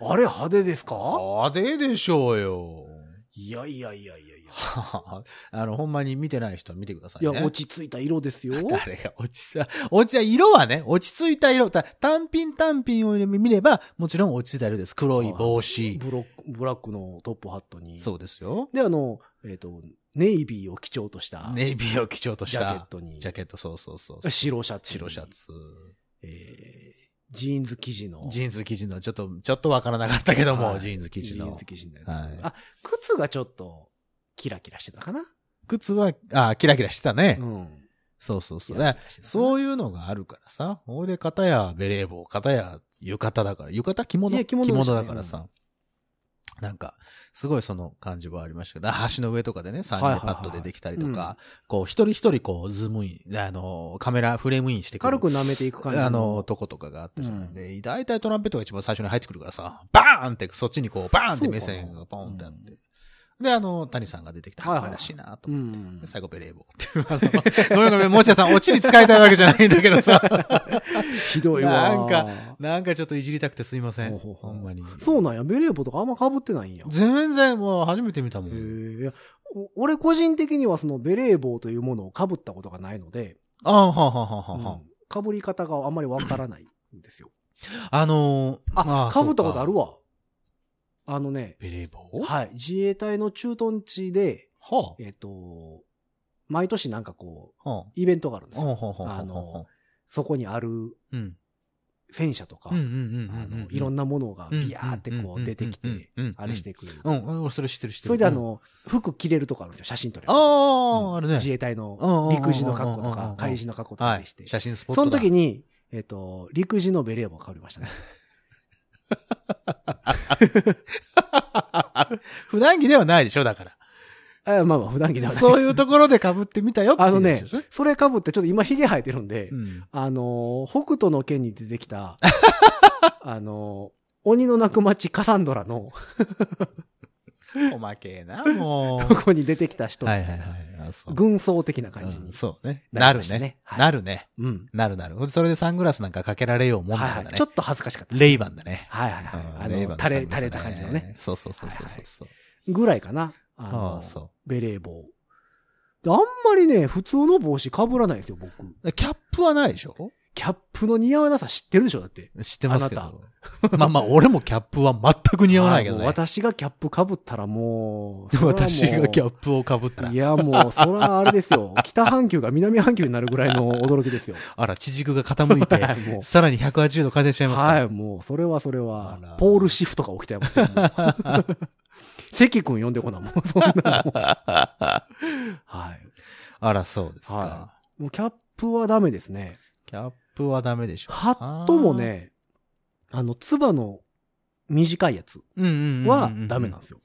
あれ派手ですか
あれでしょうよ。
いやいやいやいやいや。
は [LAUGHS] ああの、ほんまに見てない人は見てくださ
い
い
や、
ね。
落ち着いた色です
[LAUGHS]
よ。
誰が落ち着い落ち着い色はね、落ち着いた色。た単品単品を見れば、もちろん落ち着いた色です。黒い帽子。
ブロックブラックのトップハットに。
そうですよ。
で、あの、えっ、と、ネイビーを基調とした、
ネイビーを基調とし
ジャケッ
た。
トに、
ジャケット、そうそうそう。
白シャツ。
白シャ。ツ。
えージーンズ生地の。
ジーンズ生地の、ちょっと、ちょっとわからなかったけども、
はい
ジーンズ生地
ジーン
の
ズ。生地のやつ。
はい
あ、靴がちょっと、キラキラしてたかな
靴は、あ、キラキラしてたね。
うん。
そうそうそう。
キラ
だ
キ
か
ラしてた
ら
な
そういうのがあるからさ。ほいで、片やベレー帽、片や浴衣だから。浴衣着
い
物
や着物ですね
だからさ。なんか、すごいその感じはありましたけど、橋の上とかでね、3
はいはい
人パッドでできたりとか、
うん
こう、一人一人こう、ズームイン、あの、カメラフレームインしてくる
軽く舐めていく感じ
あの、、とことかがあったじゃない、
うん
で、大体トランペットが一番最初に入ってくるからさ、バーンって、そっちにこう、バーンって目線がポンってあって。で、あの、谷さんが出てきて、
はいはい
可愛らしいなと
う
思って。
ん
で。最後、ベレー帽っていう。あのごめんごめん、もちやさん、オチに使いたいわけじゃないんだけ
[LAUGHS]
どさ。
ひどいわ。
なんか、なんかちょっといじりたくてすいません。
ほうほうほ
ほ
うん
まに。
そうなんや。ベレー帽とかあんま被ってないんや。
全然、もう初めて見たも
へ
ん。
ーいやお俺個人的にはそのベレー帽というものを被ったことがないので、
ああ、はあはあはあはあ
うん被り方があんまりわからないんですよ。
あのー、
あ、被ったことある
わ。
わ。あのね、
ベレー帽は
はい、自衛隊の駐屯地で、
あ。は
えっ、と、毎年なんかこう、
あ。は
イベントがあるんです
あは
よ。
あはあ。
あのそこにある
うん、
戦車とか、
うんうんうんうん
あ
うん
の、いろんなものがビヤーってこ
うんうんうんうんうんう
うん出てきて
うんうん、
あれしてくる。
うん、俺それ知ってる知ってる。
それであ
うん、
の、服着れるとこあるんですよ、写真撮れる。
あ
うん
あ、あるね。
自衛隊
うんうんうんうん
の
うん
陸自の格好と
うんうんうん
か、海自の格好と
は
か
い
にし。て。
写真スポット
その
だ。
時に、えっと、陸自のベレー帽被りましたね。
[LAUGHS] 普段着ではないでしょ、だか
あまあまあ、普段着で
ら。
はない。
そういうところで被ってみたよってい
あの
うや
ね
つでしょ。、
それ被って、ちょっと今ヒゲ生えてるんで
う、ん。
あのー、北斗の剣に出てきた、 [LAUGHS] あのー、鬼の泣く町カサンドラの、
おまけな、も [LAUGHS]
ここに出てきた人
う。
みた
はいい
な
はいはい。あそう
軍装的な感じ
う
に
ん。そうね。
な
な
りま
る
したね
ね。
はい
なるね。
うん。
なるなる。それでサングラスなんかかけられようもんだ
は
か
い
ら
はい。
ね
ちょ。っと恥ずかしかった。
レイバンだね。
はいはいはい。あ
うんレイ
の、
バンの
垂れ、
サング
垂
ラス
れ
だ
た感じのね。。
そうそうそうそうそうそう。
ぐらいかな。あ
あ
の
あ、そう。
ベレー帽。であんまりね、普通の帽子被らないんですよ、僕。
キャップはないでしょ
キャップの似合わなさ知ってるでしょ、だって。
知ってますけ
あな
ど。まあまあ、俺もキャップは全く似合わないけど
あ
ね
もう。私がキャップ被ったらもう、
私がキャ
ッ
ップをかぶったら
い、やもう、そらあれです
[LAUGHS]
よ。北半球が南半球になるぐらいの驚きですよ。
あら、地軸が傾い
は
て、
いも
さらに180度回転しちゃ
う。
いますか。
はい、もう、それはそれ
あら
は、ポールシフトが起きちゃいますよ。もう [LAUGHS] 関君呼んでこな、もう、そん [LAUGHS]
[LAUGHS]
なもう。はい。
あら、そうですか。
はもう、キャップはダメですね。
キャップはダメでしょ。
ハットもね、あの、つばの短いやつ
うんうんうんうんうん
はダメなんですよ。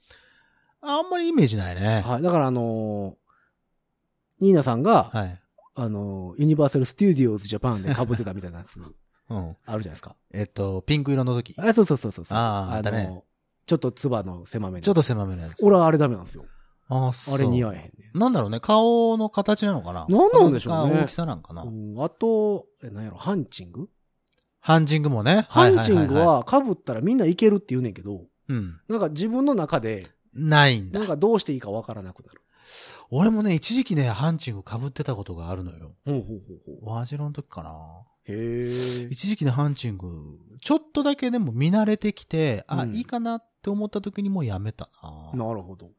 あんまりイメージないね。
はい。だから、あのーニーナさんが、
はい。
あのーユニバーサル・ステューディオーズ・ジャパンで被ってたみたいなやつ、
うん。
あるじゃない
[LAUGHS]
ですか。
えっと、ピンク色の時。
あ、そうそうそうそうそう。
あーあ
の
ったね
ちょっとつばの狭めの
ちょっと狭めのやつ。
俺はあれダメなんですよ。
ああ、そう。
あれ似合
い。
えへんね。
なんだろうね。顔の形なのかな
なんなんでしょうね
顔の大きさなんかな。
うん、あと、えなんやろ、ハンチング
ハンジングもね。
ハ
い
ン
い
チ
い
ン
い
グは被ったらみんないけるって言うねんけど、
うん。
なんか自分の中で、
ないんだ
なん。かどうしていいかわからなくなる。
俺もね、一時期ね、ハンチング被ってたことがあるのよ。
ほうほうほうほ
ワジロの時かな。
う。へえ。
一時期のハンチング、ちょっとだけでも見慣れてきて、あ、
うん
いいかなって思った時にもうやめたな。
なるほど。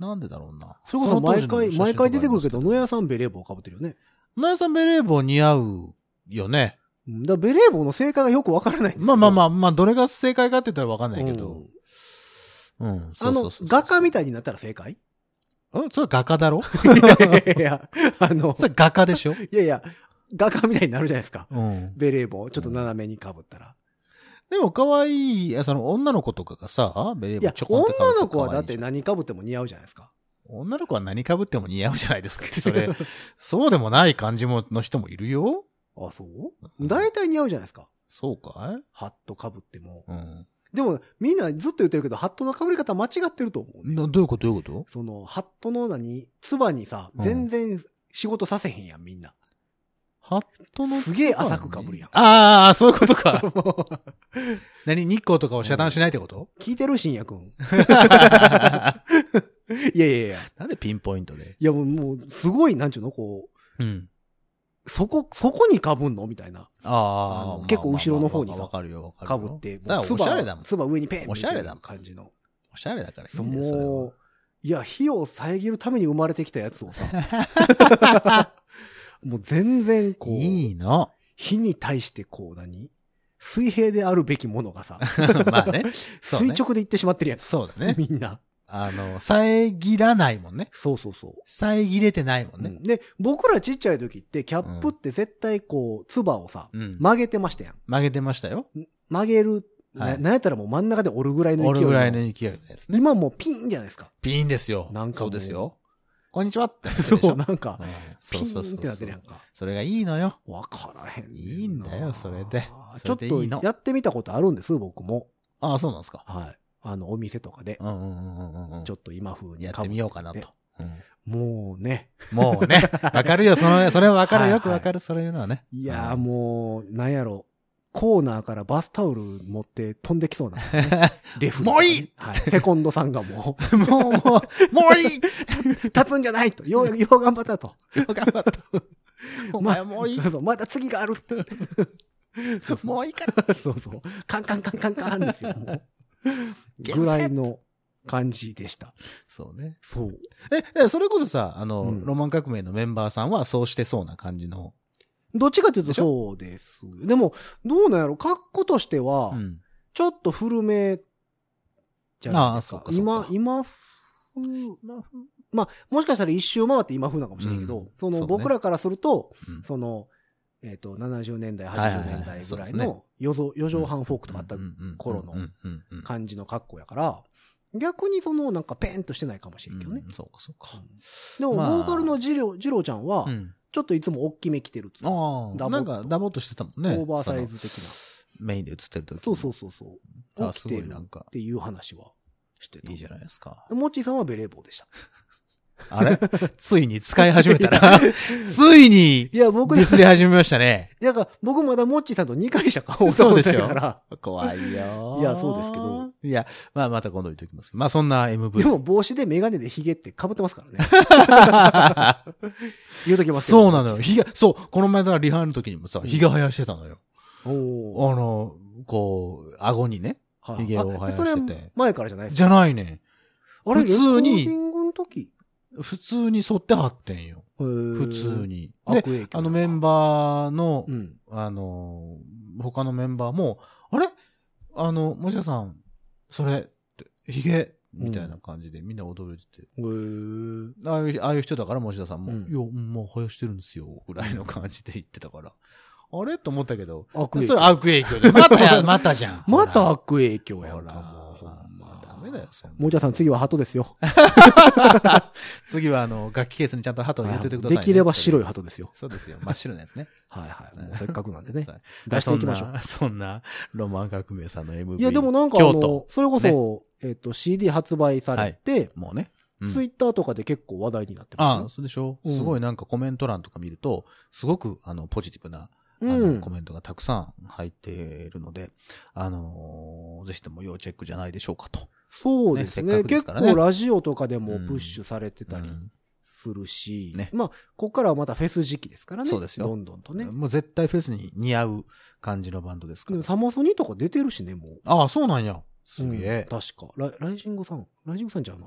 なんでだろうな。
それこそ毎回、毎回出てくるけど、野
野
谷さんベレー帽被ってるよね。
谷さんベレー帽似合うよね。
うんだからベレー帽の正解がよくわからないんですけど
まあまあまあ、まあ、どれが正解かって言ったらわかんないけ
う
ど
ん。
うん、そ
あ
うそう
の
そう、そう [LAUGHS]
画家みたいになったら正解
うん、それ画家だ
[LAUGHS] い
ろ
やいや、あの、
それ画家でしょ
いやいや、画家みたいになるじゃないですか。
うん。
ベレー帽、ちょっと斜めにかぶったら。
でも可愛い、あその女の子とかがさ、ベレー
い
帽
や
ちょ、こんって被
女
る
の
と
子はだっ
可愛い
て
じゃん
何かぶっても似合うじゃないですか。
女の子は何被っても似合うじゃないですかって。
[LAUGHS]
それ、そうでもない感じも、の人もいるよ。
あ、そう大体似合うじゃないですか。
そうか
ハットかぶっても。
いうん。
でも、みんなずっと言ってるけど、ハットの被り方間違ってると思うね。
などういうことどういうこと
その、ハットの何、つばにさ、
うん
全然仕事させへんやん、みんな。
ハットの
すげえ浅く被るやん [LAUGHS]
ああ、そういうことか。
もう
何日光とかを遮断しないってこと、
聞いてる深夜くん。
な
やいやいや。
んでピンポイントで。
いや、もう、もうすごい、なんちゅうのこ
うん。
う、そこ、そこに被んのみたいな。あの
ああ。
結構後ろの方にさ
わかるよ、わかる
被
よ。
って、
だからおしゃれだもん。
つば上にペン
おしゃれだもん
みたいな感じの。
おしゃれだからいい
そ
んだよ、それ
も
は
う、いや、火を遮るために生まれてきたやつをさ、
[LAUGHS]
もう全然こう、
いいの。
火に対してこう何水平であるべきものがさ、
[LAUGHS] ま
[LAUGHS]
あね。そうね
垂直でいってしまってるやん。。
そうだね
みんな。
あの、遮らないもんね。
そうそうそう。
遮れてないもん
う
ね
ん。で、僕らちっちゃい時って、キャップって絶対こう、つばをさ、
うん。
曲げてましたやん。
曲げてましたよ。
曲げる、
はい
ななんやったらもう真ん中で折るぐらいの勢い
俺
の
ぐらいの勢いのやつね。
今もうピンじゃないですか。
ピンですよ。
なんか
そ
もう
うですよ。こんにちはってなってる
そ
でしょ。
う、なんか
う、ん
ピ
そうそう
ー
そ
ンってなって
う
るや
そ
ん
う。
か。
それがいいのよ。
わからへんねない
いんだよそれで
ちょっ
それでいい
と
の
やってみたことあるんです、僕も。
ああ、そうなんですか。
はい。あの、お店とかで
う、んうんうんうんうん。
ちょっと今風に
やってみようかなと。うん
もう
[LAUGHS]
ね。
もう
[LAUGHS]
ね、わかるよ。その、それはわか
はい
る。
はい
よくわかる。それいうのはね。
いやー
うん
もう、なんやろ。コーナーからバスタオル持って飛んできそう
[LAUGHS]
な。レフリーとかね
もういい
はい。セコンドさんがも
[LAUGHS] もう、もう、もういい
う、立つんじゃないと。よう、よう頑張ったと。
頑張った。お前もういい
そうそうまだ次
[LAUGHS]
があるって。
も
う
ういいから。
そうそう。カンカンカンカンカンですよ、もう。
ゲー
ぐ
ムセット
らいの感じでした。
そうね。
そう。
え、でそれこそさ、あの、
うん
ロマン革命のメンバーさんはそうしてそうな感じの。
どっちかというと
でしょ
そうです。でも、どうなんやろ格好としては
う、ん。
ちょっと古めじゃないですか
ああ。そうかそう
今
か、
今風、まあ、もしかしたら一周回って今風なのかもしれないけど、
うん
そ
そう
の
ね
僕らからすると、
うん
その、えっ、と、70年代、
はいはい
80
はい
年代ぐ
そうで
らい
すね
の余剰余剰半フォークとかあった
うんうんうん
頃の
うんうんうん
感じの格好やから、逆にそのなんかペンとしてないかもしれんけどね
う。んそうか、そうか。
でも、ボ
まあ
ーカルのジロジロちゃんは
う、ん。
ちょっといつも大きめ着てるっつうの
あ
ダボ
あ、
っと
なんかダボっとしてたもんね。
オーバーサイズ的な。
その。メインで映ってる時に
そうそうそうそう。
あ
起きて
すごい
る
な
っ
んか
ていう話はしてた。
いいじゃないですか。
モッチーさんはベレー帽でした。
あれついに使い始めた
[LAUGHS]
な。 [LAUGHS] ついに、
い
デ
や、僕
ィ
ね、
スり始めましたね。
なんか僕まだモッチーさんと2回しか顔
そうでしょ
から、
怖いよー
いやそうですけど。
いや、まあまた今度言っときますけど。まあそんな MV。
でも帽子でメガネでヒゲって被ってますからね。言うときます
[LAUGHS] そうなのよ。
よ。
日が、そう、この前だからリハの時にもさ、日が生やしてたのよ。あ
おー
の、こう、顎にね。
はい
ヒゲを生やしてて
あそれ前からじゃないですか。
じゃないね。
あれ、
普通に
レコーディングの時
普通に沿ってはってんよ。
普
普通。に。
悪
で、
影響
あのメンバーの、
うん。
あの、他のメンバーも、あれあの、もしかさん、それ、ってヒゲ、みたいな感じでみんな驚いてて、
へー
ああいう、ああいう人だから、もし田さんも、
うん
いや、うんもう生やしてるんですよ、ぐらいの感じで言ってたから。あれと思ったけど、
悪
そ
影
れ
響。
悪影
[LAUGHS]
響で。またや、またじゃん。
また
ほ
悪影響
ら
や
ほ
ん
ら
か、もう。ほんま
ダメだよ、。そんな
モッチーさん次は鳩ですよ。
[LAUGHS] 次は、あの、楽器ケースにちゃんと鳩を入れててください、
できれば白い。鳩ですよ。
そうですよ。真っ白なやつね。
はいはい。もうせっかくなん
[LAUGHS]
でね
はい。
[LAUGHS] 出していきましょう。
う。そんな、ロマン革命さんの MV。
いや、でもなんかあ
京
の
都、。
それこそ、えっと、CD 発売されて、
もうね。うん
ツイッターとかで結構話題になって
あ
ま
あ、
す
そうでしょ、
うん
すごいなんかコメント欄とか見ると、すごく、あの、ポジティブな、
よ。
あ
う
の、
ん
コ。メントがたくさん入っているので、あのーぜひとも要チェックじゃないでしょうかと。
そうです
ねせ
ね。
っかくで
結
すからね
構ラジオとかでもプッシュされてたり
うん
するし
うんね、
まあ、ここからはまたフェス時期ですからね。
そうですよ
どんどんとね。
もう絶対フェスに似合う感じのバンドですか
で
ら
も。サマソニとか出てるしね、もう。
ああ、そうなんや。すげえ。
うん確か。ラライジングさん。ライジングさんちゃうな。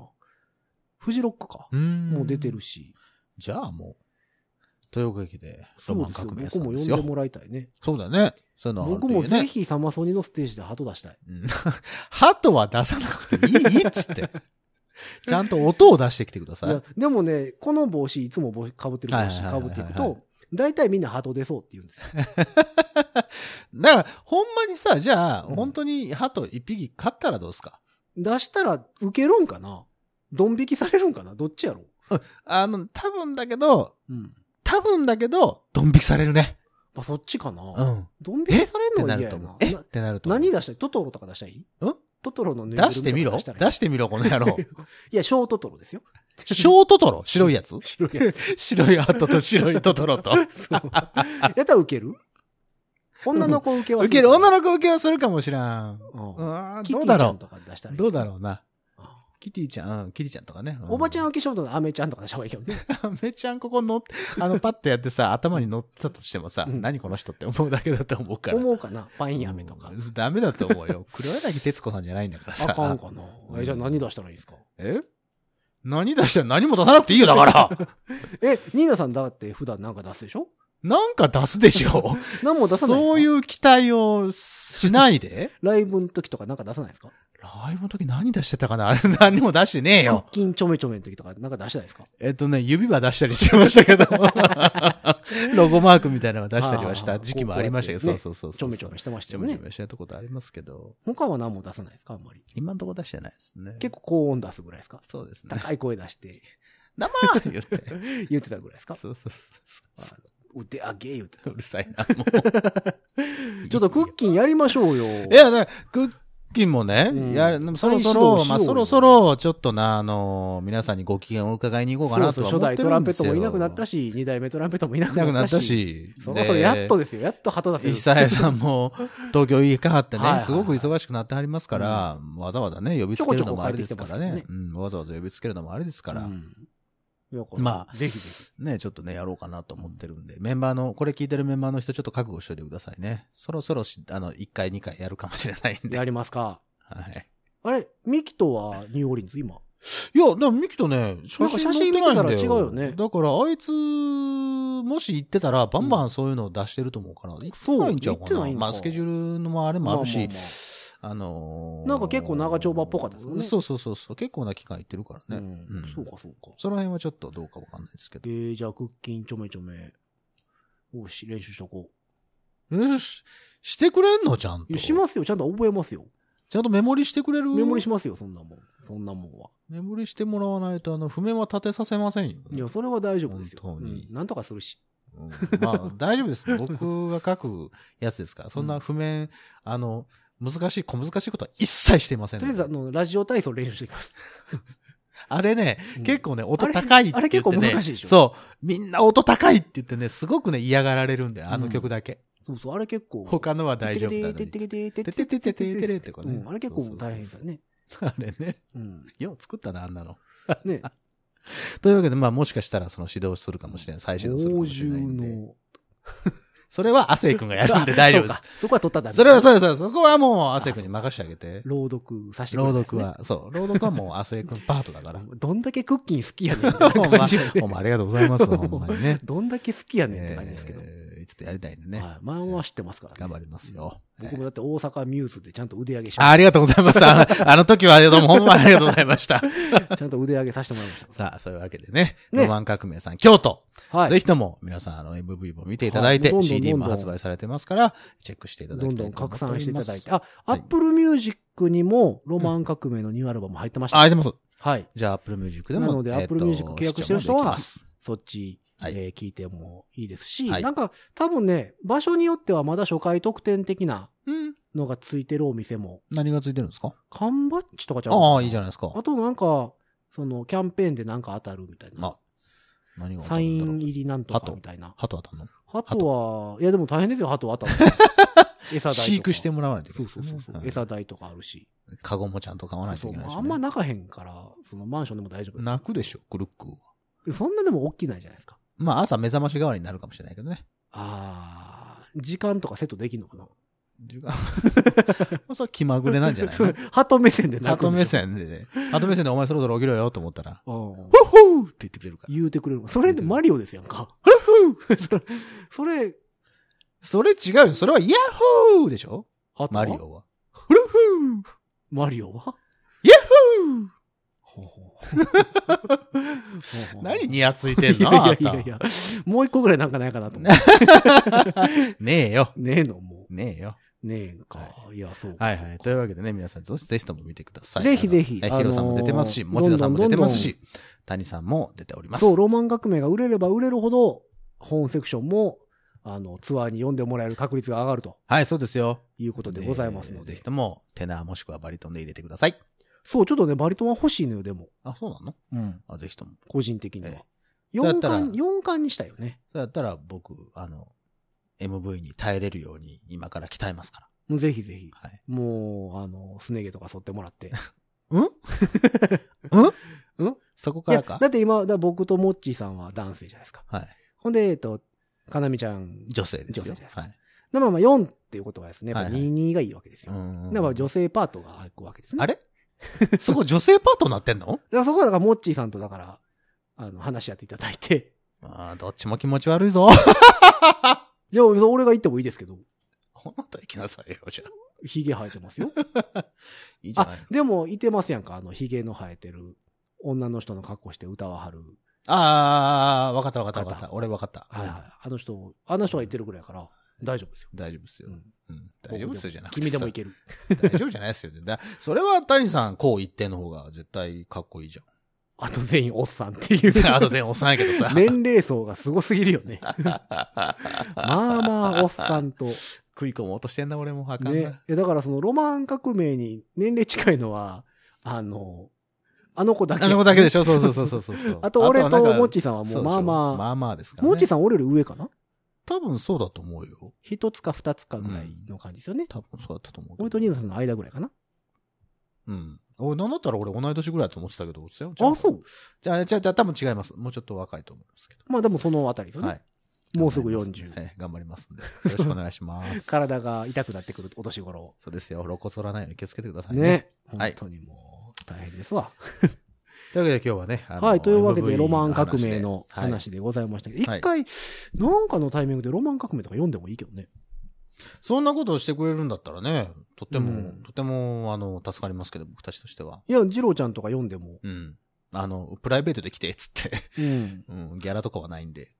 フジロックか。
うーん
もう出てる。し。
じゃあもう、というわけで、
そ
ロ
う
マ
ですよ。
ン革
僕
命
も
さん
呼
で
ん
す
で
よ。
もらいたいね。
そうだね。そういうのはあると
僕
いいね
もぜひサ
[LAUGHS]
マソニのステージで鳩出したい。 [LAUGHS]
うん鳩は出さなくていいっつって。ちゃんと音を出してきてくだ
い
さい。
やでもね、この帽子、いつも帽子被ってる帽子
はい
被
はいはいはい
っていくと、大体みんな鳩出そうって言うんですよ。
だから、ほんまにさ、じゃあ、
うん
本当に鳩一匹飼ったらどうですか
出したら受けるんかなドン引きされるんかなどっちやろ
あの、多分だけど、
う、うん、
多分だけど、ドン引きされるね。
あそっちかな、
うん。
ドン引きされ
って
るの
な
は
る
嫌
と
や
思う
な。。
えっ
な
てなると思う。
何出したいトトロとか出したいんトトロのぬいぐるみとか
出してみろ出
したらいい
してみろ、この
[LAUGHS]
野郎。
いや、小トトロです
[LAUGHS]
よ。
小トトロ白い
[LAUGHS]
やつ
白いやつ。
白い鳩と白いトトロ
[LAUGHS]
と。
そうやったら受ける女の子受けは
[LAUGHS] 受ける、女
の
の子受けはするかもしらん。
子
う。わ
うん
ー
キ
ど
テ
う
ィ
だ
ちゃん
ろ
とか出した
う。
ら
どうだろうな
うん。
キティちゃん、うんキティちゃんとかね。う
おばちゃん。受けショートのアメちゃんとか出した方がいいけどね。
アメちゃんここ乗って、あの、パッとやってさ、頭に乗ってたとしてもさ、
うん
何この人って思うだけだと思うから。
思うかなパインアメとか
う。んダメだと思うよ。黒柳徹子さんじゃないんだからさ。
あかんかな。え、じゃあ何出したらいいですか
え何出したら何も出さなくていいよ、だから。
[LAUGHS] え、ニーナさんだって普段なんか出すでしょ
なんか出すでしょ。
何も出さないですか。
そういうう期待をしないで。
ライブの時とかなんか出さないですか
ライブの時何出してたかな [LAUGHS] 何も出してねえ
ク
よ
ッ。キンちょめちょめの時とかなんか出してないですか
えっとね、指は出したりしてました
[LAUGHS]
けど。ロゴマークみたいなのは出したりはし
あ
た
ー
時期もありましたけど、
こうこうやってね
そうそうそうそう。
ちょめちょめしてまし
ち
た
ょ
よ
めちょ
ね。
めしてたことありますけど、
他は何も出さないですかあんまり。
今んとこ出してないですね。
結構高音出すぐらいですか
そうです [LAUGHS] ね。
高い声出して
生言って。 [LAUGHS]
言ってたぐらいですか
そうそうそうそ [LAUGHS]
あの腕上げ言ってた
う。うるさいな、 [LAUGHS] もう。
ちょっとクッキンやりましょうよ。
いや、だからクッキーもね、
うん
やるそろ
再
そ
始動しよ
ろ、
う
まあ、
よ
そろそろ、ちょっとな、あの、皆さんにご機嫌を伺いに行こうかな
そ
と
う
は
そう
思
初代
って
ト
る
ラ
ん
ンペ
で
ッ
す
ト
よ。
もいなくなったし、二代目トランペットもいなく
いなく
な
な
っ
ったた
し、
し。
そろそろやっとですよ。やっと旗出せる。
[LAUGHS] 久江さんも東京行かはってね、
はいはいはい
すごく忙しくなってはりますから、わざわざね、呼びつけるのもあれですからね。
ちょこちょこ帰ってきてます
うん、わざわざ呼びつけるのもあれですから、ま
ま
あ
あ、ぜひぜ
ね、ちょっとね、やろうかなと思ってるんで、メンバーの、これ聞いてるメンバーの人、ちょっと覚悟しといてくださいね。そろそろし、あの、1回、2回やるかもしれないん
ひ。
で。
や
はい。
りますか。あれ、ミキとはニューオーリンズ今。
いや、でもミキとね、写
なんか写
真
真
載ってないんだ
見てたら違うよね
だから、あいつ、もし行ってたら、バンバンそういうのを出してると思うから、行ってないんちゃう
そう行
か
って
な。
ないんか
まあ、スケジュールのもあれもあるし、
まあまあま
あのー
なんか結構長丁場っぽかったですよね
そうそうそうそう。結構な期間行ってるから
あ
ね。
うん
うん
そうかそうか。
その辺はちょっとどうかわかんないですけど。
で、じゃあクッキンちょめちょめ。おし、練習しとこ
よし、してくれんのちゃん
う。い
と。
やしますよ。ちゃんと覚えますよ。
ちゃんとメモリしてくれる
メモリしますよ、そんなもん。そんなもんは。
メモリしてもらわないと、あの、譜面は立てさせませんよ。
いや、それは大丈夫ですよ。
本当に
うんなんとかするし。
うんまあ、大丈夫です。僕が書くやつですから。そんな譜面、あの、難しい、小難しいことは一切してません
と
の
りあ
で。
えず、あの、ラジオ体操練習してきます。
あれね、
うん
結構ね、音
あれ
高いって言って、ね。
あれ結構難しいでしょ
そう。みんな音高いって言ってね、すごくね、嫌がられるんだよ。あの曲だけ。
そうそう、あれ結構。
他のは大丈夫だのに
てってけててて
て
て
て
ててて
ててて
て
て
て
れ
っ
ってて
こ
ことと
ねうん
ね。
あれ結構大変ですよね。
あれね。
うん。
よう作ったな、あんなの。
ね、
というわけで、まあもしかしたらその指導するかもしれない。再指導するか
猛
もしれない
獣
んで。
の。
それは亜生君がやるんで大丈夫で
[LAUGHS] そう
す。
か。そこは取ったらダメ
それは、そうです。そこはもう亜生君に任せてあげて。
朗読させてくれ
朗
るやつ
読
ね。 [LAUGHS]
は、そう。朗読はもう亜生君パートだから。
どんだけクッキン好きやねんみたいな [LAUGHS] 感じよね
[LAUGHS] ほんまありがとうござい
[LAUGHS]。
ます。ほんまにね
どんだけ好きやねんって感じですけど。
えーちょっとやりたいんでね。
はい。漫画は知ってますからね。
頑張りますよ。
僕
え
も
ー
だって大阪ミューズでちゃんと腕上げし
あ
ま
ありがとうございます。
[LAUGHS]
あのあの時はどうもほんまにありがとうございました。
す。ちゃんと腕上げさせてもらいまし
さあ、そういうわけでね、
ね
ロマン革命さん、京都、 [LAUGHS]
た。はい。
ぜひとも皆さん、あの、MV も見ていただい
は
て、
いもうどんどん
CD も
どんどん
発売されてますから、チェックしていただ
ど
き
ん
た
ど
い
ん
と思っ
拡
ております。
散していただいて。あ、アップルミュージックにも、ロマン革命のニューアルバム入ってました。
あ、ありがとうございます。
はい。
じゃあ、Apple Music でも。
なので
えーと
Apple Music 契約してる人は
視聴もできます
そっち、
はい
えー聞いてもいいですし、
はい
なんか多分ね、場所によってはまだ初回特典的な
うん。
のがついてるお店も、
何がついてるんですか
缶バッジとかちゃうかな
ああ、いいじゃないですか。
あとなんか、その、キャンペーンでなんか当たるみたいな。
まあ、何が当た
サ
る
イ
んだろ
ン
う。
入りなんとかみたいな。
鳩当たんの
あとは、いやでも大変ですよ、鳩は
[LAUGHS]
当たる。餌代とか。
飼育してもらわないといけ
そ
な
う
い
そうそ
ですね。
うそう、
はい
餌代とかあるし。
カゴもちゃんと買わないと
そ
いうけ
そう
ないし、ね。
あんま泣かへんから、そのマンションでも大丈夫。
泣くでしょ、クルックは。
そんなでも大きないじゃないですか。
まあ、朝目覚まし代わりになるかもしれないけどね。
あー、時間とかセットできんのかな [LAUGHS]
時間それは気まぐれなんじゃないの
鳩目線で泣く
鳩
んで
目
しょ。
線でね。鳩目線でお前そろそろ起きろよと思ったら、
うん
ホッホーって言ってくれるから。
言うてくれる。それでマリオですやんか。 [LAUGHS] それ、
それ違うよ。それはヤッホーでしょ
鳩は
マリ。オは。
マリオは
ヤッホー [LAUGHS]
ほうほうほう
何
い
ニヤついて
[LAUGHS] やい
んの
や
あ
いや
ないた
や。もう一個ぐらいなんかないかなと思って。
ねえよ。
ねえの、も
ねえよ。
う。ねえか。、
はい
や、そうか。
はいは
そう
い。
か
というわけでね、皆さん、ぜひぜひとも見てください。
ぜひぜひ
あのはいヒロさんも出てますし、
あのー
持田さんも出てますし、谷さんも出ております。
そう、ロマン革命が売れれば売れるほど、本セクションも、あの、ツアーに読んでもらえる確率が上がると
はい、そうですよ。
いうことでございますの
ぜ
で
ひ。とも、テナーもしくはバリトンで入れてください。
そう、ちょっとね、バリトンは欲しいのよ、でも。
あ、そうなのあ、ぜひとも。
個人的に
ええ
は。
そうやっ
4
たら
巻、四巻にしたいよね。
そうやったら、僕、あの、MV に耐えれるように、今から鍛えますから。
もうぜひぜひ。
はい。
もう、あの、すね毛とか剃ってもらって。 [LAUGHS]
うん
うん
そこ
い
か
や
らか
だって今、だから僕とモッチーさんは男性じゃないですか。
はい。
ほんで、えっと、かなみちゃん。
女性です
女性
よ
で。す
はい。
まあまあ4っていうことはですね、やっぱ
はいはい
22がいいわけですよ。
うん
だから女性パートが開くわけですね。
あれそこ女性パートになってんの
だからそこはだからモッチーさんとだから、あの、話し合っていただいて。 [LAUGHS]
ああ、どっちも気持ち悪いぞ。
いや、俺が行ってもいいですけど、
ほんと行きなさいよ、じゃあ。
ヒゲ生えて
[LAUGHS]
ますよ。
いいじゃな
あ
いの、
でも、いてますやんか、あの、ヒゲの生えてる、女の人の格好して歌わはる。
ああ、わかったわかったわかっ。
わかった
俺わかった。
はいはい。あの人、あの人が言ってるくらいやから、大丈夫ですよ。
大丈夫ですよ
う。ん
うん。大丈夫ですよ、じゃなくて
君
さ。
でもいける。
大丈夫じゃないですよね。だそれは谷さん、こう一定の方が絶対かっこいいじ
あと全員おっさんってい
ゃん。
う。
[LAUGHS] あと全然幼いけどさ。
年齢層がすごすぎるよね。まあまあ、おっさんと。
[LAUGHS] 食い込もうとしてんな、俺も。あかんな。
ね。えだからそのロマン革命に年齢近いのは、あの、あの子だけ。
あの子だけでしょそうそうそうそうそう [LAUGHS] そう。
あと俺と
なんか
モッチーさんはも
そうで
ま
しょ
あま
まあまあですか
あ、
らね。
モッチー
ん。
さん俺より上かな
多分そうだと思うよ。
一つか二つかぐらいの感じですよね。
多分そうだったと思うけど。
俺とニーナさんの間ぐらいかな。
うん。俺、なんだったら俺同い年ぐらいだと思ってたけど、違う
あ、そう。
じゃあ、じゃあ、じゃあ多分違います。もうちょっと若いと思いますけど。
まあでもそのあたりですよね。
はい。
もうすぐ
頑張ります
40。
はい、頑張りますんで。よろしくお願いします。 [LAUGHS]
体が痛くなってくるお年頃。
そうですよ。露骨折らないように気をつけてくださいね。
ね。
は
本
い
当にもう大変ですわ。
というわけで今日はね。あの
はい。というわけ
MV
で、ロマン革命の
話ではい
話でございましたけど、
はい
一回、なんかのタイミングでロマン革命とか読んでもいいけどね。
そんなことをしてくれるんだったらね、とても、
うん
とても、あの、助かりますけど、僕たちとしては。
いや、ジローちゃんとか読んでも。
うん。あの、プライベートで来て、つって。 [LAUGHS]
うん。
うん、ギャラとかはないんで。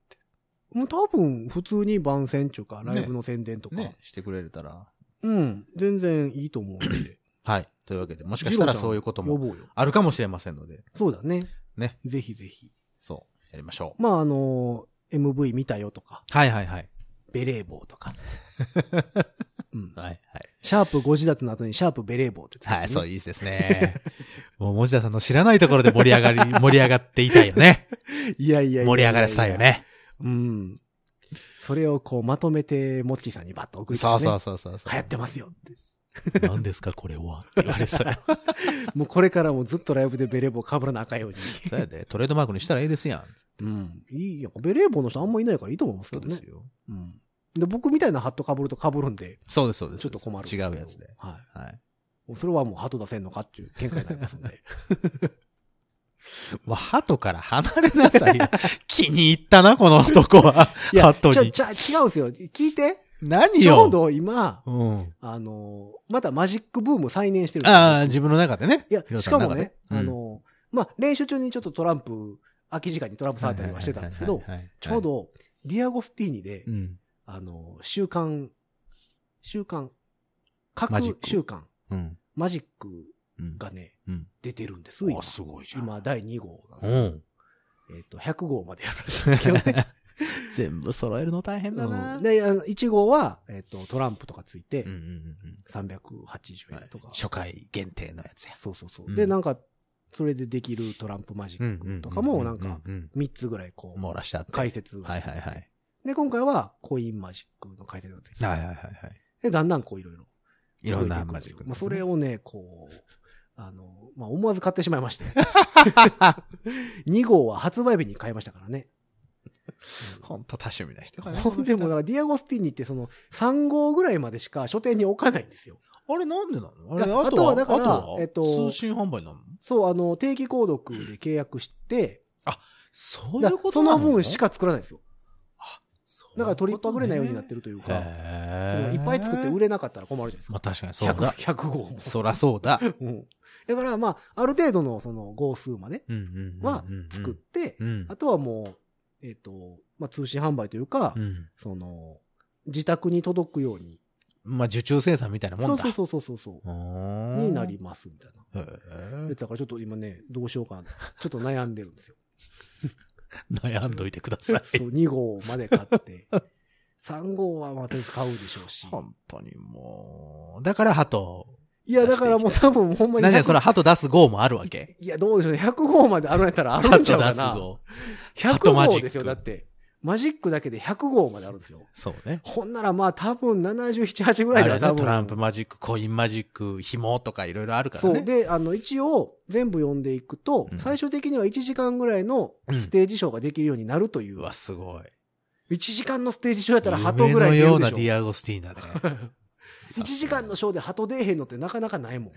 もう多分、普通に番宣っていうか、
ね
ライブの宣伝とか。
ね、してくれたら。
うん。全然いいと思うんで。
はい。というわけで、もしかしたらそういうこと
呼
も
ぼうよ。
あるかもしれませんので、
そうだね。
ね。
ぜひぜひ。
そう、やりましょう。
まあ、あのー MV 見たよとか、
はいはいはい。
ベレー帽と
[LAUGHS]
か。うん。
はいはい。
シャープ5時脱の後にシャープベレー帽ってつけてね
はい、そう、いいですね。 [LAUGHS] もう、持田さんの知らないところで盛り上がり、 [LAUGHS] 盛り上がっていたいよね。
いやいやいやいや
盛り上がらせたいよ。ね。
うん。それをこうまとめて、モッチーさんにバッと送ると
そ
か
う
ね
そうそうそうそう。
流行ってますよって。
[LAUGHS] 何ですか、これは。って言われそうや。
もうこれからもずっとライブでベレー帽被らなあかんように。
そうやで、トレードマークにしたらええですやん。
うん。いいよ。ベレー帽の人あんまいないからいいと思いますけ
そう
ど
で
ね。
すよ。
うん。で、僕みたいなハット被ると被るんで、
そうです、そうです。
ちょっと困るん
違
すけど
うやつで。
は
はい。
い。もうそれはもうハト出せんのかっていう見解になりますんで。
まあ、鳩から離れなさいよ。 [LAUGHS] 気に入ったな、この男は。
いや、
鳩
ちょ、
に。
ちゃ、違うんですよ。聞いて。
[LAUGHS] 何
ちょう
よ。
ど今、
うん。
あの、またマジックブーム再燃してるんですよ
ああ、自分の中でね。
いや
ヒ、ロ
し
さ
か
んの
も
中で
ね、あ、の、まあ、練習中にちょっとトランプ、空き時間にトランプ触ったりはしてたんですけど、ちょう、ど、ディアゴスティーニで
う、ん。
あの、週刊、週刊、各
マジック
週刊、
うん。
マジック
うん。
がね、
うん
出てるんです、
あ
今。
すごいじゃん。
今、第2号なんです
う
よ
ん。
えっと、100号までやるらしいんですけどね。
全部揃えるの大変だ
う
な。うん [LAUGHS] ん
で、あの1号は、えっと、トランプとかついて
うんう、んうん。
380円とか。
初回限定のやつや。
そうそうそうう。
ん
で、なんか、それでできるトランプマジックとかも、なんか、
うう、
3つぐらいこう、
漏らしたって。
解説が
はい
ついて
はい
て
はい。
で、今回はコインマジックの解説がついてて
はいはいはいはい。
で、だんだんこういろいろ。
いろんなマジック。
まあ、それ。をね、こう、あの、まあ、思わず買ってしまいまして。2号は発売日に買いましたからね。
ほんと多趣味な
[LAUGHS]
人だね
ほんでも、だから、ディアゴスティーニってその3号ぐらいまでしか書店に置かないんですよ。
あれなんでなのあれ
い
あ
や
とは、
あとはだから
あとは
えっと
通信販売なの
そう、あの、定期購読で契約して、
そうい
だ
う
から
こと
そ
な
の
の
分し。か作らないんですよ。
そ
だから取りっぱぐれないようになってるというか、その
へ
いっぱい作って売
れ
れなかったら困るじゃないです
まあ
か。
確かにそうだ。
100、100号も。
そらそうだ。
うんだからまあ、ある程度のその号数まで
うんうんうんうん
は作っ、て、
うん
あとはもう、えっ、と、まあ通信販売というか、
うん
その、自宅に届くように、
まあ受注生産みたいなもん
そう
だ。
そうそうそうそうそうう、
ーん
になりますみたいな。
へ
だ
ー
からちょっと今ね、どうしようかな。ちょっと悩んでるんです
[LAUGHS]
よ。
悩んどいてください
そ。う、2号まで買って、3号はまた買うでしょうし。
本当にもう。だから鳩。
いや、だからもう多分ほんまに100。
何でそれ鳩出す号もあるわけ
いや、どうでしょうね。100号まであるんやったらある
鳩
んちゃう
出
か
す
な。
号。
100
鳩マ
号
ジック
ですよ、だって。マジックだけで100号まであるんですよ。
そうね。
ほんならまあ多分77、8ぐら
あ
いだよ、多
れね、
分。
トランプマジック、コインマジック、紐とかいろいろあるから
そ
ね。
う。で、あの、一応、全部読んでいくと、
うん
最終的には1時間ぐらいのステージショーができるようになるという。
うわ、すごい。
1時間のステージショーやったら鳩
夢
ぐらい
の
出
よ
る
う
で
な
しょ
デ。ィアゴスティー
[LAUGHS]
ナね。
1時間のショーで鳩出えへんのってなかなかないもん。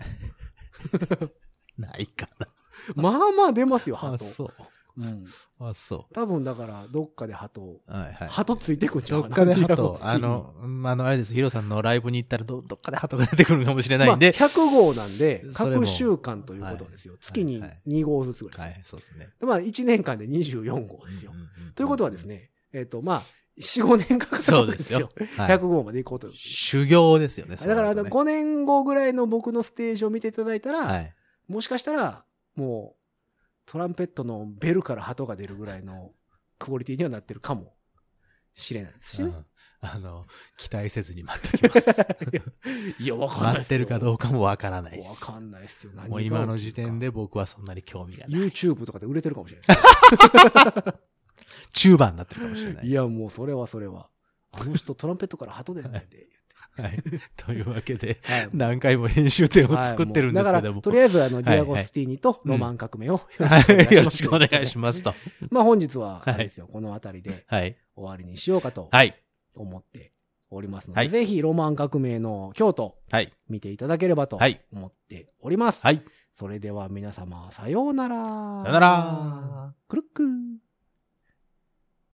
ないかな。
まあまあ出ますよ、
あ、
鳩。
そう。
うん。
あ、そ
多分だから、どっかで鳩、
う。はいはい。
鳩ついてくんちゃ
ど
う
っ
かな。
かで
[LAUGHS] ディアゴス、ティ
鳩
ーナ
あ、の、うんあの、あれです、ヒロさんのライブに行ったらど、どっかで鳩が出てくるかもしれ
ま
ない
あ、
んで。
100号なんで、
それも
各週間ということですよ。月に
はい
2号ずつぐらいです。
はい、そうですね。
でまあ、1年間で24号ですよ。
うんうんうん
ということはです。ね、えっ、と、まあ、4、5年かかった
そ
わ
う
け
で
ですすよ
よ。。はい
100号まで行こうと。
修行ですよね、
だから、あの、
こ
5年後ぐらいの僕のステージを見ていただいたら、
はい。
もしかしたら、もう、トランペットのベルから鳩が出るぐらいのクオリティにはなってるかもしれないですし
う
ね。
んあの、期待せずに待っと
[LAUGHS]
きます。
いや、わかんない
待ってるかど
う
うかもわからないで
わ
す。
かんないですよ。何が
もう今の時点で僕はそんなに興味がない。
YouTube とかで売れてるかもしれないで
中盤になってるかもしれな
す。
[LAUGHS] い。
いや、もうそれはそれは。あの人トランペットから鳩出ないんで。
はい。というわけで、
はい
何回も編集点を
はい
作ってるんですけど
うだから、
も。
とりあえず、あの、
い
ディアゴスティーニとロマン革命をよろしくお願いします。
はいよろしくお願いしますと。
まあ、本日は、あれですよ、この辺りで
はい。
終わりにしようかと
はい。
思っておりますの
は
で、
い
ぜひ、ロマン革命の京都、
はい。
見ていただければと
はい
思っております。
はい。
それでは皆様、さようなら。
さよなら。
くるっくー。